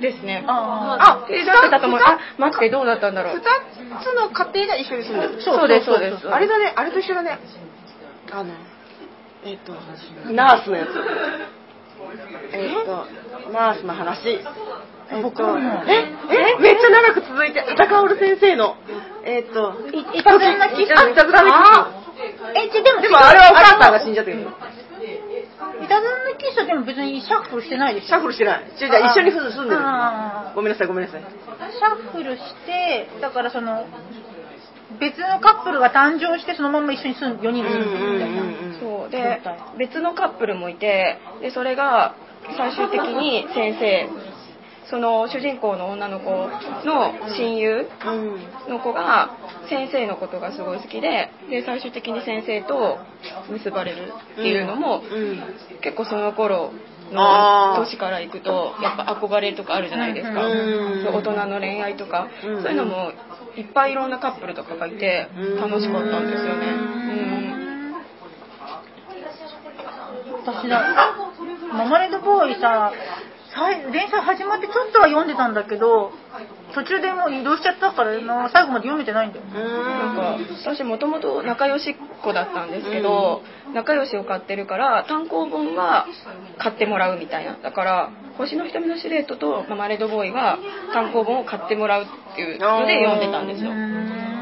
Speaker 6: ですね
Speaker 1: あ
Speaker 2: あ
Speaker 6: でだってたと思うあ待ってどうだったんだろう
Speaker 2: 2つの家庭が一緒に住んでる
Speaker 6: そうですそうです
Speaker 2: あれだねあれと一緒だねあのえっ、とナースのやつえっ、とナースの話えっ、とええめっちゃ長く続いて高薫先生のえっ、と
Speaker 1: いいたずらなき
Speaker 2: いたずらな
Speaker 1: あえ、じゃあでも、
Speaker 2: でもあれはお母さんが死ん
Speaker 1: い
Speaker 2: じゃったけど
Speaker 1: たずらなき人でも別にシャッフルしてないでしょ
Speaker 2: シャッフルしてないじゃあ一緒に住んでる
Speaker 1: あー
Speaker 2: ごめんなさいごめんなさい
Speaker 1: シャッフルして、だからその、別のカップルが誕生して、そのまま一緒に住ん4人
Speaker 2: うん
Speaker 1: で
Speaker 2: う
Speaker 1: 住
Speaker 2: ん
Speaker 1: むみたいな。
Speaker 2: うんうん
Speaker 6: そうで別のカップルもいてでそれが最終的に先生その主人公の女の子の親友
Speaker 2: うん
Speaker 6: の子が先生のことがすごい好きでで最終的に先生と結ばれるっていうの
Speaker 2: う
Speaker 6: も、
Speaker 2: ん
Speaker 6: 結構その頃
Speaker 2: あ
Speaker 6: の
Speaker 2: ー
Speaker 6: 年から行くとやっぱ憧れとかあるじゃないですか、
Speaker 2: うん
Speaker 6: そう大人の恋愛とか、
Speaker 2: うん
Speaker 6: そういうのもいっぱいいろんなカップルとかがいて
Speaker 2: うん
Speaker 6: 楽しかったんですよね、うん
Speaker 1: 私だ、ママレードボーイさ、最連載始まってちょっとは読んでたんだけど、途中でもう移動しちゃったからな、最後まで読めてないんだよ。
Speaker 6: なんか私もともと仲良しっ子だったんですけど、仲良しを買ってるから単行本は買ってもらうみたいなだから「星の瞳のシルエット」と「ママレードボーイ」は単行本を買ってもらうっていうので読んでたんですよ
Speaker 1: うーん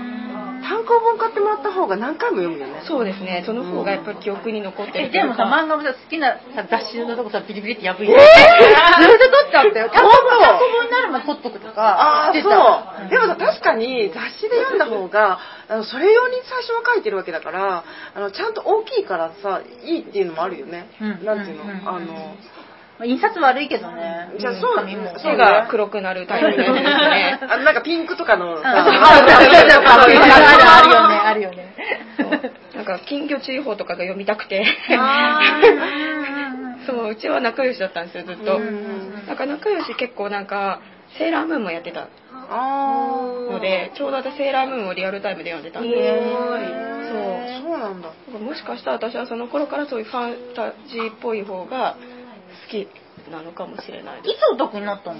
Speaker 2: 単単行本買ってもらった方が何回も読むよね
Speaker 6: そうですねその方がやっぱり記憶に残ってる
Speaker 1: え、
Speaker 6: とい
Speaker 1: で
Speaker 6: う
Speaker 1: もさ、
Speaker 6: か
Speaker 1: 漫画もさ、好きなさ雑誌のとこさ、ビリビリって破いて。ずーっと撮っちゃったよ。単行本単行本になるまで撮っとくとか。
Speaker 2: ああ
Speaker 1: して
Speaker 2: そう、で
Speaker 1: た
Speaker 2: もさ確かに雑誌で読んだ方があのそれ用に最初は書いてるわけだからあのちゃんと大きいからさいいっていうのもあるよね、
Speaker 1: うん
Speaker 2: なんていうの、
Speaker 1: うん
Speaker 2: あの
Speaker 1: うん印刷悪いけどね。
Speaker 2: じゃあそう
Speaker 1: 紙も。
Speaker 2: そう
Speaker 6: 手が黒くなるタイプですね
Speaker 2: あのなんかピンクとかの
Speaker 1: う
Speaker 2: さ、
Speaker 1: ん
Speaker 2: あ
Speaker 1: そう
Speaker 2: の
Speaker 1: あるある
Speaker 2: よね
Speaker 1: あるよね、あるよね。
Speaker 6: なんか金魚注意報とかが読みたくて
Speaker 1: あー
Speaker 6: そううちは仲良しだったんですよずっと
Speaker 2: うん
Speaker 6: なんか仲良し結構なんかセーラームーンもやってた
Speaker 2: あー
Speaker 6: のでちょうど私セーラームーンをリアルタイムで読んでたんで
Speaker 2: へー
Speaker 6: そ
Speaker 2: そうなんだ
Speaker 6: なんかもしかしたら私はその頃からそういうファンタジーっぽい方が好きなのかもしれない
Speaker 1: い
Speaker 6: です
Speaker 1: つオタクになったの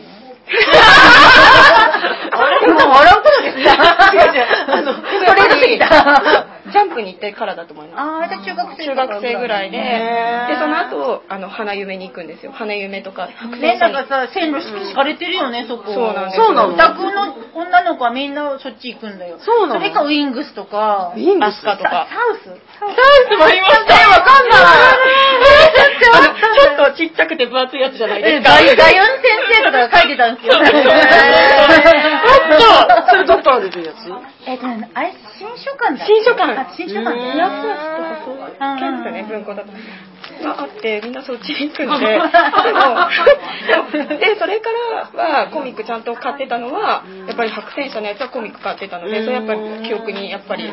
Speaker 1: あれもう笑うことですか違う違う。あの、それに
Speaker 6: ジャンプに行ってからだと思います
Speaker 1: ああ、じゃあ中学生
Speaker 6: 中学生ぐらいで
Speaker 2: へー
Speaker 6: でその後あの花夢に行くんですよ花夢とか白
Speaker 1: ね、
Speaker 6: 線
Speaker 1: なん
Speaker 6: に
Speaker 1: かさ、線路敷かれてるよね、そこ。
Speaker 6: そうなんです
Speaker 2: よそうな
Speaker 1: オ
Speaker 2: の
Speaker 1: タクの女の子はみんなそっち行くんだよ。
Speaker 2: そうな
Speaker 1: そ
Speaker 2: の
Speaker 1: れかウィングスとか。
Speaker 2: ウィングス
Speaker 1: アスカとか。サウスサウ
Speaker 3: スもありましたよ、わかんない。あのちょっとちっちゃくて分厚いやつじゃないですか。
Speaker 1: スダイオン先生とかが書いてたんです よ。
Speaker 2: それどっから出てるやつ
Speaker 1: えっとね、あれ、新書館だ。
Speaker 6: 新書館
Speaker 1: あ、新書館ね。
Speaker 6: ピアスとかそういう系ですよね、文庫だと。があって、みんなそっちに行くんで。でも、 で、それからはコミックちゃんと買ってたのは、やっぱり白戦車のやつはコミック買ってたので、それやっぱり記憶にやっぱり。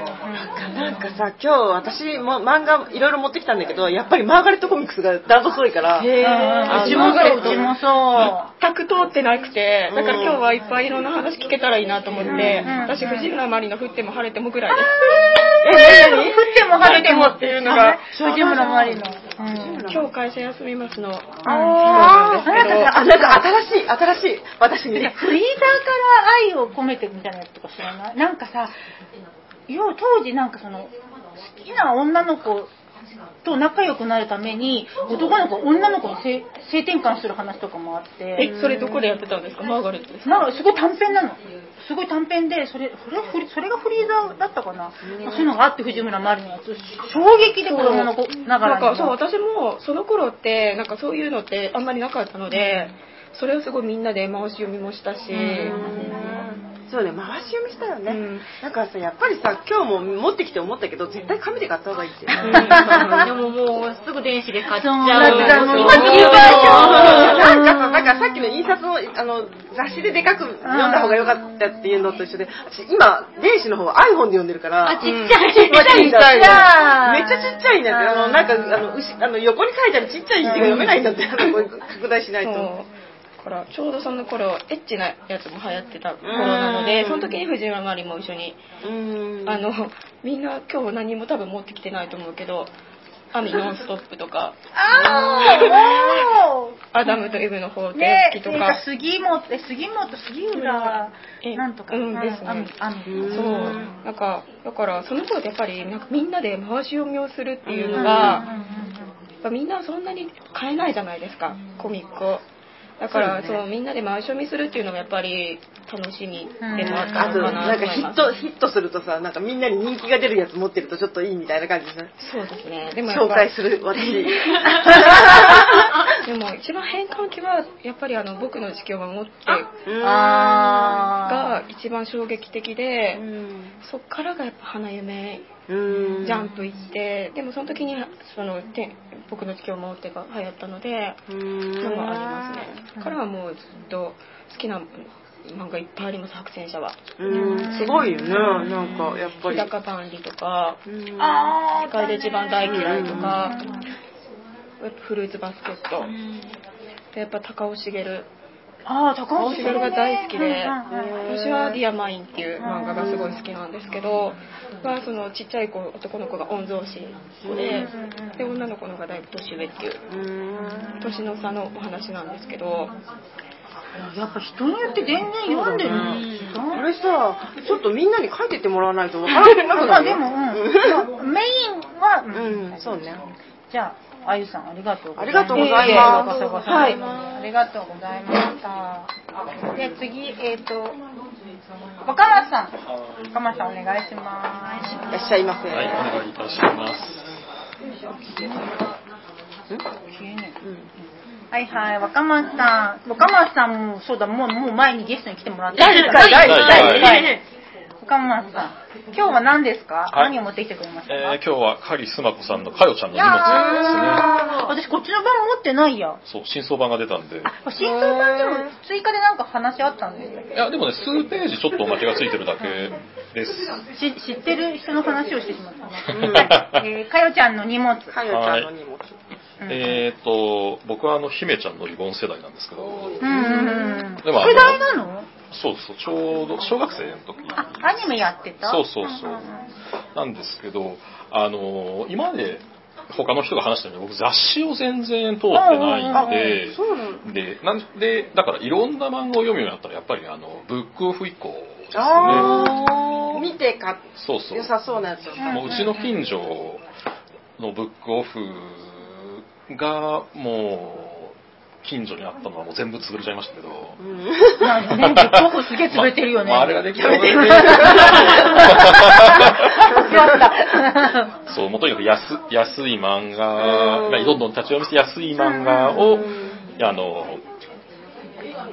Speaker 2: なんかさ今日私も漫画いろいろ持ってきたんだけどやっぱりマーガレットコミックスがダントツ多いから
Speaker 1: うんうちもそう、うちもそう。
Speaker 6: 全く通ってなくて、だから今日はいっぱいいろんな話聞けたらいいなと思って、私、藤村まりの降っても晴れてもぐらいです。
Speaker 1: え、何降っても晴れてもっていう
Speaker 6: のが
Speaker 1: 藤村まりの。うん。
Speaker 6: 今日会社休みますの。
Speaker 1: あ
Speaker 6: そうなんですけど
Speaker 2: あなんか新しい新しい私に
Speaker 1: フリーザーから愛を込めてみたいなやつとか知らないなんかさ、要は当時なんかその、好きな女の子と仲良くなるために、男の子、女の子に性性転換する話とかもあって、
Speaker 6: え、それどこでやってたんですかマーガレットです。
Speaker 1: なんかすごい短編なの。すごい短編で、それ、それフリそれがフリーザーだったかな。そういうのがあって、藤村まりのやつ。衝撃で子供の子ながら
Speaker 6: なん
Speaker 1: に。
Speaker 6: かそう私もその頃ってなんかそういうのってあんまりなかったのでそれをすごいみんなで回し読みもしたし、
Speaker 2: そうね回し読みしたよね、
Speaker 6: うん
Speaker 2: なんかさやっぱりさ今日も持ってきて思ったけど絶対紙で買った方がいいっていう
Speaker 3: でももうすぐ電子で買っち
Speaker 1: そ
Speaker 3: ゃ
Speaker 1: う
Speaker 3: う。
Speaker 1: なんだ今
Speaker 3: 今
Speaker 1: 言うバージョン
Speaker 2: なんかさ、だからさっきの印刷のあの雑誌ででかく読んだ方が良かったっていうのと一緒で、私今、電子の方は iPhone で読んでるから、
Speaker 3: ちっちゃいちっ
Speaker 2: まあちっちゃい
Speaker 1: ちっちゃい
Speaker 2: めっちゃちっちゃいんだって、あの、なんか、あの、うしあの横に書いてあるちっちゃい字が読めないんだって、あのこう拡大しない
Speaker 6: そう
Speaker 2: と。
Speaker 6: だからちょうどその頃エッチなやつも流行ってた頃なの
Speaker 2: う
Speaker 6: で
Speaker 2: ん
Speaker 6: その時に藤山まりも一緒に、
Speaker 2: うーん
Speaker 6: あのみんな今日何も多分持ってきてないと思うけど「アミノンストップ」とか
Speaker 1: あーもう
Speaker 6: 「アダムとイブの方 程
Speaker 1: ねえ、
Speaker 6: 式」と
Speaker 1: なんか
Speaker 6: か、
Speaker 1: 杉本、え、杉本、杉浦、
Speaker 6: え
Speaker 1: なんとか、
Speaker 6: うんですね
Speaker 1: あみ、あみ。
Speaker 6: そうなんかだからその頃ってやっぱりなんかみんなで回し読みをするっていうの
Speaker 1: うんう
Speaker 6: が
Speaker 1: ん
Speaker 6: やっぱみんなそんなに買えないじゃないですかコミックをだからそう、みんなで回し読みするっていうのがやっぱり楽しみでもあっ
Speaker 2: あ
Speaker 6: た
Speaker 2: と、
Speaker 6: のかな
Speaker 2: なん
Speaker 6: と
Speaker 2: か
Speaker 6: 思
Speaker 2: ヒ
Speaker 6: いま
Speaker 2: ッ
Speaker 6: す
Speaker 2: ト、ヒットするとさ、なんかみんなに人気が出るやつ持ってるとちょっといいみたいな感じで、ね、
Speaker 6: そうですねでもやっ
Speaker 2: 紹
Speaker 6: ぱ
Speaker 2: 介する私。
Speaker 6: でも一番変換期はやっぱりあの僕の地球を守って
Speaker 1: うん
Speaker 6: が
Speaker 1: あ
Speaker 6: 一番衝撃的
Speaker 2: う
Speaker 6: で、
Speaker 2: ん
Speaker 6: そっからがやっぱ花夢
Speaker 2: うん
Speaker 6: ジャンプ行って、でもその時にそのて僕の地球を守ってが流行ったので
Speaker 2: うん
Speaker 6: のもありますねからはもうずっと好きな漫画いっぱいあります白戦車は
Speaker 2: うんすごいよね、なんかやっぱ
Speaker 6: 日
Speaker 2: り。
Speaker 6: 高万里とか
Speaker 2: うん
Speaker 1: ー。あ
Speaker 6: 世界で一番大嫌いとか
Speaker 1: ー
Speaker 6: フルーツバスケットでやっぱ高尾茂
Speaker 1: あー、高
Speaker 6: 高
Speaker 1: 橋
Speaker 6: 尾茂が大好きで
Speaker 1: うんうんうん
Speaker 6: 私は「ディアマインっていう漫画がすごい好きなんですけどまあそのちっちゃい子男の子が御曹司子でで女の子の方がだいぶ年上っていう
Speaker 2: うん
Speaker 6: 年の差のお話なんですけど
Speaker 1: やっぱ人によって全然読んでるの違
Speaker 2: こ
Speaker 1: う。
Speaker 2: れさ、ちょっとみんなに書いてってもらわないとわからなくな
Speaker 1: あ、
Speaker 2: る
Speaker 1: で
Speaker 2: よ
Speaker 1: も、うんまあメインは、
Speaker 2: うん、そうね。
Speaker 1: じゃあ、あゆさん、ありがとうございます。
Speaker 2: ありがとうござい
Speaker 1: え
Speaker 2: ます
Speaker 1: えこちらこそ
Speaker 2: はい
Speaker 1: ありがとうございました。で、次、えっ、と、若松さん。若松さん、お願いします。
Speaker 2: いらっしゃいませ。
Speaker 7: はい、お願いいたします。
Speaker 1: 消えねえはいはい、若松さん。若松さんも、そうだ、もう、もう前にゲストに来てもらってる
Speaker 3: 第1回、第1
Speaker 7: 第一回
Speaker 3: 回。
Speaker 1: 若松さん。今日は何ですか、
Speaker 7: はい
Speaker 1: 何を持ってきてくれましたか、
Speaker 7: えー、今日はカリスマ子さんのかよちゃんの荷物
Speaker 1: あー私こっちの版持ってないや。
Speaker 7: ですね。そう、真相版が出たんで。
Speaker 1: あ新装版でも追加でなんか話あったんです
Speaker 7: いや、でもね、数ページちょっとおまけがついてるだけです。
Speaker 1: し知ってる人の話をしてしまった
Speaker 7: うん
Speaker 1: な。えー、かよちゃんの荷物。
Speaker 2: かよちゃんの荷物。
Speaker 1: うん
Speaker 7: えーっと、僕はあの、姫ちゃんのリボン世代なんですけど、
Speaker 1: うんうんうん。
Speaker 7: でもあの
Speaker 1: 世代なの
Speaker 7: そうそう、ちょうど小学生の時に
Speaker 1: あ、アニメやってた
Speaker 7: そうそうそうん
Speaker 1: んん
Speaker 7: なんですけど、あのー今まで他の人が話したように僕雑誌を全然通ってないんで、
Speaker 2: そうなの。
Speaker 7: で、なんで、だからいろんな漫画を読むようになったら、やっぱりあの、ブックオフ以降ですね。
Speaker 2: あー見て買っ
Speaker 7: そうそう
Speaker 2: 良。さそうなやつだった。
Speaker 7: もううちの近所のブックオフが、もう、近所にあったのはもう全部潰れちゃいましたけど。
Speaker 2: うん
Speaker 1: なんかね、ブックオフすげえ潰れてるよね。
Speaker 7: まあまああれができたので、そう、もうとにかく安安い漫画、まあどんどん立ち読みして安い漫画を、あの、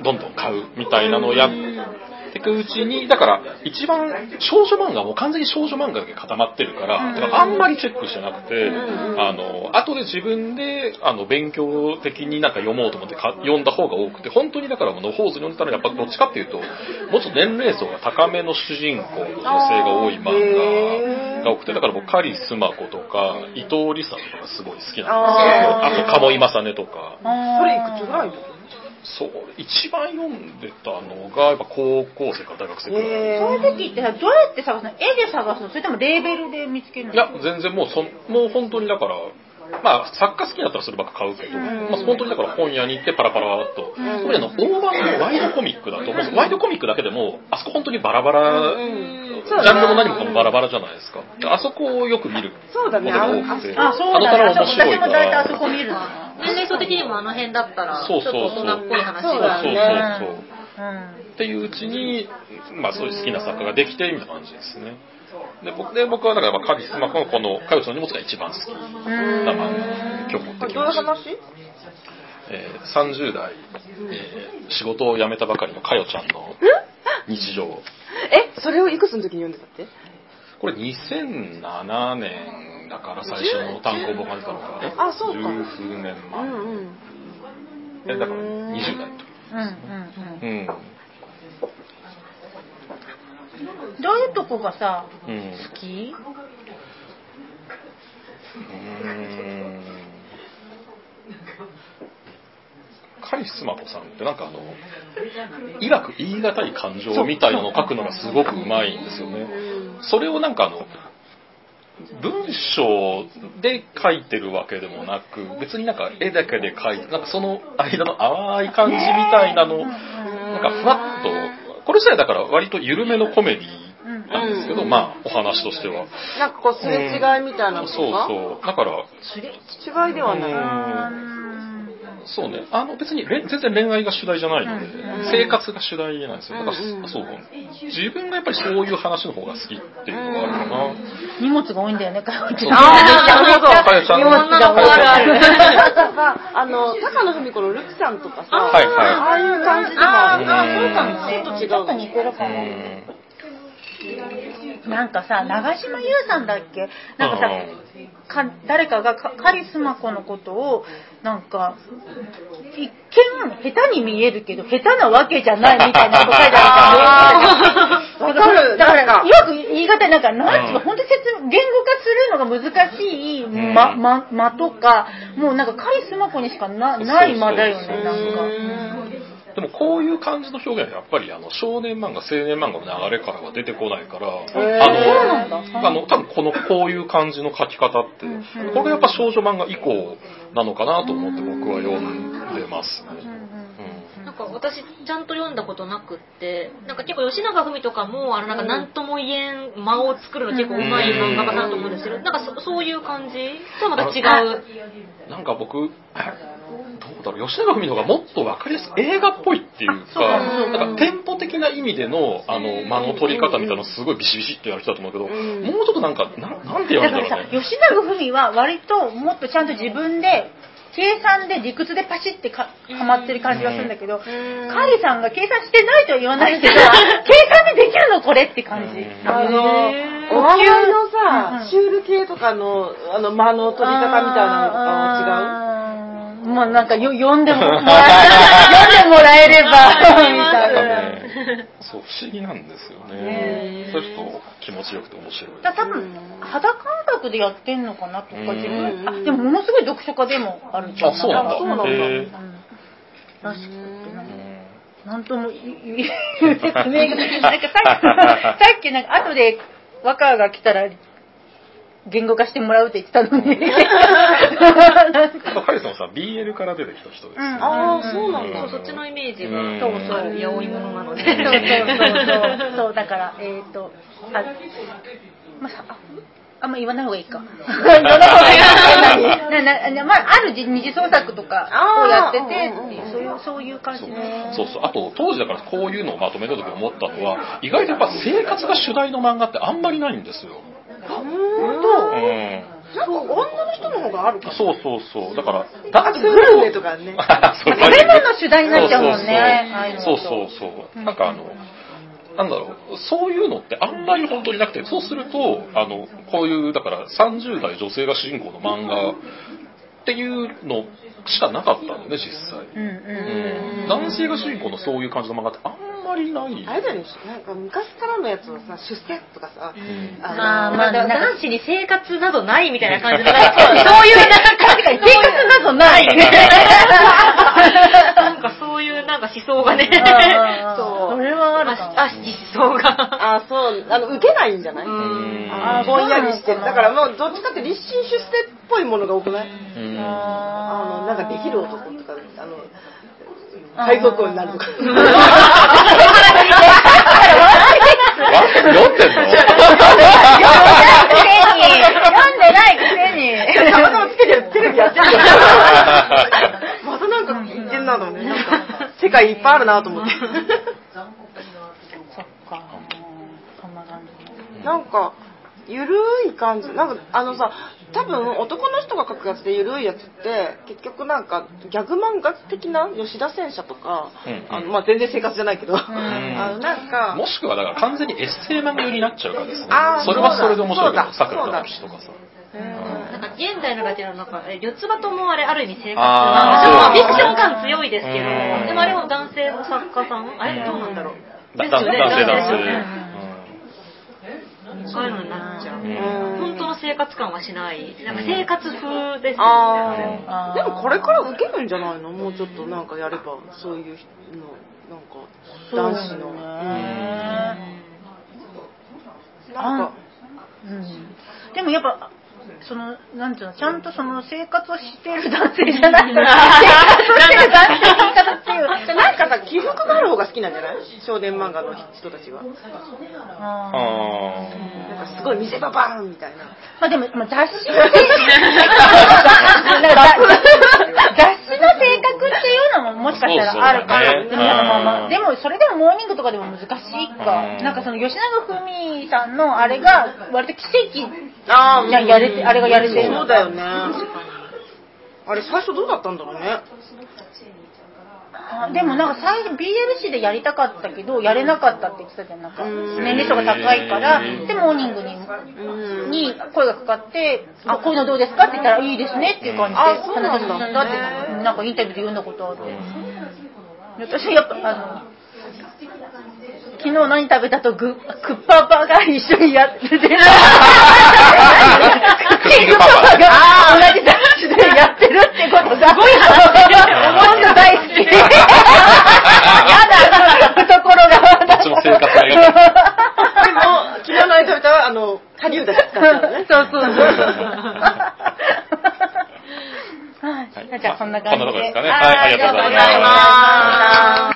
Speaker 7: どんどん買うみたいなのをやっていくうちに、だから一番少女漫画、もう完全に少女漫画だけ固まってるから、だからあんまりチェックしてなくて、あの、後で自分で、あの、勉強的になんか読もうと思ってか読んだ方が多くて、本当にだからもう野放図に読んでたらやっぱどっちかっていうと、もうちょっと年齢層が高めの主人公の女性が多い漫画が多くて、だから僕、カリスマ子とか、伊藤理沙とかがすごい好きなんですよ。あと、鴨井正音とか。
Speaker 2: それいくつぐらいの時
Speaker 7: そう、一番読んでたのが、やっぱ高校生か大学生くらい。
Speaker 2: へ
Speaker 1: そういう
Speaker 2: ー
Speaker 1: 時ってさ、どうやって探すの絵で探すのそれともレーベルで見つけるの
Speaker 7: いや、全然もうそん、もう本当にだから、まあ、作家好きだったらそればっか買うけど、まあ、本当にだから本屋に行ってパラパラっと、特にあの、大判のワイドコミックだと、まあワイドコミックだけでも、あそこ本当にバラバラ、ジャンルも何もかもバラバラじゃないですか。あそこをよく見る
Speaker 2: そう
Speaker 7: こ
Speaker 2: だ
Speaker 7: と
Speaker 2: ね
Speaker 7: が多くて、
Speaker 1: あ、そうだ
Speaker 7: あ
Speaker 1: ね。
Speaker 7: の
Speaker 1: あ
Speaker 7: 面
Speaker 1: そこ
Speaker 7: 白
Speaker 1: 私
Speaker 7: いか
Speaker 1: も大体
Speaker 7: ら
Speaker 1: あそ。こ見るな。
Speaker 4: 年齢層的にもあの辺だったら、ち
Speaker 7: そ
Speaker 4: ょ
Speaker 7: う
Speaker 4: っ
Speaker 7: そ
Speaker 4: と
Speaker 7: うそう
Speaker 4: 大人っぽい話
Speaker 2: そうだね
Speaker 7: そうそうそう。
Speaker 1: うん。
Speaker 7: っていううちに、まあ、そういう好きな作家ができてみたいな感じですね。で僕で僕はだからまあカリスマ君はこの「カヨチの荷物」が一番好きな漫画今日持ってきました、えー30代、えー仕事を辞めたばかりのカヨちゃんの日常
Speaker 2: え、それをいくつの時に読んでたって
Speaker 7: これ2007年だから最初の単行本が出たのが
Speaker 2: あそうか
Speaker 7: 十数年
Speaker 2: う
Speaker 7: 前、
Speaker 2: ん
Speaker 7: えだから20代の時
Speaker 1: うんうん
Speaker 7: うん、
Speaker 1: うん。どういうとこがさ、
Speaker 7: うん、
Speaker 1: 好き
Speaker 7: カリスマ子さんってなんかあの、いわく言い難い感情みたいなのを書くのがすごくうまいんですよね。それをなんかあの、文章で書いてるわけでもなく、別になんか絵だけで書いて、なんかその間の淡い感じみたいなの、なんかふわっと、これ自体だから割と緩めのコメディなんですけど、まあお話としては。
Speaker 2: なんかこうすれ違いみたいなのとか
Speaker 7: そうそう。だから、
Speaker 2: 違いではない。
Speaker 7: うんそうね、あの別にれ全然恋愛が主題じゃないので、生活が主題なんですよ。だから、
Speaker 2: うんうん
Speaker 7: そう、自分がやっぱりそういう話の方が好きっていうのがあるかな。
Speaker 1: 荷物が多いんだよね、かよちゃん。
Speaker 7: かよちゃん
Speaker 1: 荷
Speaker 7: の
Speaker 1: 物が多い
Speaker 7: かよちゃんの
Speaker 2: なんかさ、 あの、高野文子のルキさんとかさ、
Speaker 7: はいはい
Speaker 2: ああいう感じでも、
Speaker 1: あ
Speaker 7: ーあーそうか
Speaker 1: もね
Speaker 2: ちょっと違う。
Speaker 1: ちょっと似てるか
Speaker 7: う
Speaker 1: も。
Speaker 7: ん
Speaker 1: なんかさ、長島優さんだっけなんか
Speaker 7: うん
Speaker 1: さ、か誰かがかカリスマ子のことを、なんか、一見、下手に見えるけど、下手なわけじゃないみたいなこと書いてあるから、
Speaker 2: わかる
Speaker 1: だから、
Speaker 2: なんか
Speaker 1: いわく言い方になんか、なんつうの、
Speaker 7: うん
Speaker 1: 本当に説明、言語化するのが難しい、ま、
Speaker 7: うん
Speaker 1: ま、まとか、もうなんかカリスマ子にしかなない間だよ
Speaker 7: そうそ
Speaker 1: ね、
Speaker 7: う
Speaker 1: なんか。
Speaker 7: でもこういう感じの表現はやっぱりあの少年漫画、青年漫画の流れからは出てこないから、あの、あの多分このこういう感じの書き方って、これがやっぱ少女漫画以降なのかなと思って僕は読んでますね。
Speaker 3: なんかか私ちゃんと読んだことなくってなんか結構吉永文とかもあのなんか何とも言えん間を作るの結構うまい漫画家さんと思うんですけどなんかそそういう感じとはまた違う
Speaker 7: なんか僕、どうだろう、吉永文の方がもっと分かりやすく映画っぽいっていうか、なんかテンポ的な意味でのあの間の取り方みたいなのすごいビシビシってやる人だと思うけど、もうちょっとなんか、ななんて言わ
Speaker 1: だ
Speaker 7: れ
Speaker 1: か
Speaker 7: た
Speaker 1: らさ
Speaker 7: ら、ね。
Speaker 1: 吉永文は割ともっとちゃんと自分で、計算で理屈でパシってかはまってる感じがするんだけど、カーリーさんが計算してないとは言わ ないけど、計算でできるのこれって感じ。
Speaker 7: うん
Speaker 2: あの、お笑いのさ、シュール系とかの、あの、間の取り方みたいなのとかは違う
Speaker 1: あーもうなんかよ読んでもらえ読んでもらえればみたいな。
Speaker 7: なんかね、そう不思議なんですよね。そういう人気持ちよくて面白い。
Speaker 1: だ多分、肌感覚でやってんのかなとか、
Speaker 7: うん
Speaker 1: 自分、あ、でもものすごい読書家でもあるじゃん
Speaker 7: あ、そうなんだ。
Speaker 1: かうん
Speaker 7: へー
Speaker 1: らしくって、なん
Speaker 7: う
Speaker 1: か
Speaker 7: ん
Speaker 1: なんとも言う説明が、なんかさっき、さっきなんか後で和歌が来たら、言語化してもらうって言ってたのに。なんか
Speaker 7: なんかカリさんはさ、BL から出てきた人ですよね。
Speaker 1: うん
Speaker 2: ああ、そうなんだ。
Speaker 3: そうそっちのイメージが
Speaker 7: うん
Speaker 3: そうそう八百物なので
Speaker 1: そうそうそうそう。そう、だから、えっ、ー、と、あ、まあさ、ああんま言わない方がいいか。言わない方がいいか。なななまあ、あるじ二次創作とかをやっててっていう、そういう、そういう感じ
Speaker 7: そう
Speaker 1: ね。
Speaker 7: そうそうあと当時だからこういうのをまとめた時思ったのは意外とやっぱ生活が主題の漫画ってあんまりないんですよ、う
Speaker 2: 本
Speaker 7: ん、
Speaker 2: 当なんか女の人の方があるかも。
Speaker 7: そうそうそうだから
Speaker 2: あとグルメとか ね。
Speaker 7: そ
Speaker 1: 食べ物主題になっちゃうもんねああいうの
Speaker 7: そうそうそうそうそうなんかあのなんだろうそういうのってあんまり本当になくてそうするとあのこういうだから30代女性が主人公の漫画っていうのしかなかったのね実際、
Speaker 1: うんう
Speaker 7: うん
Speaker 1: ん。
Speaker 7: 男性が主人公のそういう感じの漫画ってあんまりない
Speaker 2: あれだよね、なんか昔からのやつはさ、出世とかさ、あの
Speaker 3: あーまあ男子に生活などないみたいな感じで
Speaker 1: そういう、なんか、生活などない。
Speaker 3: なんかそういうなんか思想がね、
Speaker 1: そう。それはあるかも。
Speaker 3: あ、思想が。
Speaker 2: あそう、あの、受けないんじゃな い
Speaker 7: うん
Speaker 2: あーぼんやりしてる。だからもう、どっちかって立身出世っぽいものが多くない
Speaker 7: うん
Speaker 2: あの、なんかできる男とか、あの、
Speaker 1: あー
Speaker 2: 海賊王になるとか。
Speaker 7: わ酔ってん
Speaker 1: 読 んでないくせに。読んでないくせに。
Speaker 2: たまたまつけてるテレビやってるよ。
Speaker 7: の
Speaker 2: またなんか言ってんなと思って、なんか、世界いっぱいあるなと思って。
Speaker 1: そっか。そんな感じ。
Speaker 2: なんか、ゆるい感じ。なんか、あのさ、多分男の人が書くやつでゆるいやつって、結局なんか、ギャグ漫画的な吉田戦車とか、
Speaker 7: うん
Speaker 2: あのまあ、全然生活じゃないけど、あの、なんか、
Speaker 7: もしくはだから完全にエッセイ漫画寄りになっちゃうからですね
Speaker 2: あー
Speaker 7: それはそれで面白いけど
Speaker 2: そうだそ
Speaker 7: さく
Speaker 2: うだ
Speaker 7: らの騎士とかさ
Speaker 3: なんか現代のラジオの中、え四つ葉ともあれある意味生活
Speaker 7: あ
Speaker 3: な
Speaker 7: ー
Speaker 3: んでまあフィク
Speaker 7: そう
Speaker 3: ション感強いですけど、
Speaker 7: うん
Speaker 3: でもあれも男性の作家さんあれどうなんだろう。
Speaker 7: だ
Speaker 3: ですよね
Speaker 7: 男性男性
Speaker 3: そういうのになっちゃう。
Speaker 7: うん
Speaker 2: うん
Speaker 3: 本当の生活感はしない。なんか生活風ですよね。あれは
Speaker 2: あーでもこれから受けるんじゃないのもうちょっとなんかやればそういうのなんか男子の なんか
Speaker 1: うん。でもやっぱ、その、なんていうの、ちゃんとその生活をしてる男性じゃないと、生 活をしてる男性の言い方っていう。
Speaker 2: じゃあなんかさ起伏がある方が好きなんじゃない少年漫画の人たちは
Speaker 1: あー
Speaker 7: あ
Speaker 2: なんかすごい見せ場バーンみたいな
Speaker 1: まあでも、まあ、雑誌の性格なんか雑雑誌の性格っていうのももしかしたらあるか
Speaker 7: そうそ
Speaker 1: も。で
Speaker 7: うだね
Speaker 1: もまあまあま
Speaker 7: う
Speaker 1: あ、
Speaker 7: ん
Speaker 1: でもそれでもモーニングとかでも難しいか
Speaker 7: う。ん
Speaker 1: なんかその吉永文さんのあれが割と奇跡
Speaker 2: あ
Speaker 1: じゃあやれて、あれがやれてる。
Speaker 2: そうだよねあれ最初どうだったんだろうね
Speaker 1: あでもなんか最初 BLC でやりたかったけど、やれなかったって言ってたじゃん。なんか
Speaker 2: うん
Speaker 1: 年齢層が高いから
Speaker 7: うん、
Speaker 1: で、モーニングに
Speaker 2: うん
Speaker 1: に声がかかって、あ、こういうのどうですかって言ったら、いいですねっていう感じで
Speaker 2: あそうな
Speaker 1: 話
Speaker 2: んだ
Speaker 1: が進んだって、なんかインタビューで読んだことある。私やっぱ、あの、昨日何食べたとグクッパーパーが一緒にやってて、クッキングパパが同じ雑誌でやってるってことが、すごい話本当大好き。やだ、懐が。
Speaker 7: どっちも生活がやっ
Speaker 2: でも昨日のあれ食べたあ の顆粒だったからね
Speaker 1: そうそうそう。
Speaker 7: い
Speaker 1: じゃあ、そんな感じ
Speaker 7: こんなと
Speaker 1: で
Speaker 7: こですかねはいありがとうござい
Speaker 1: ありがとうご
Speaker 7: ます
Speaker 1: ざいます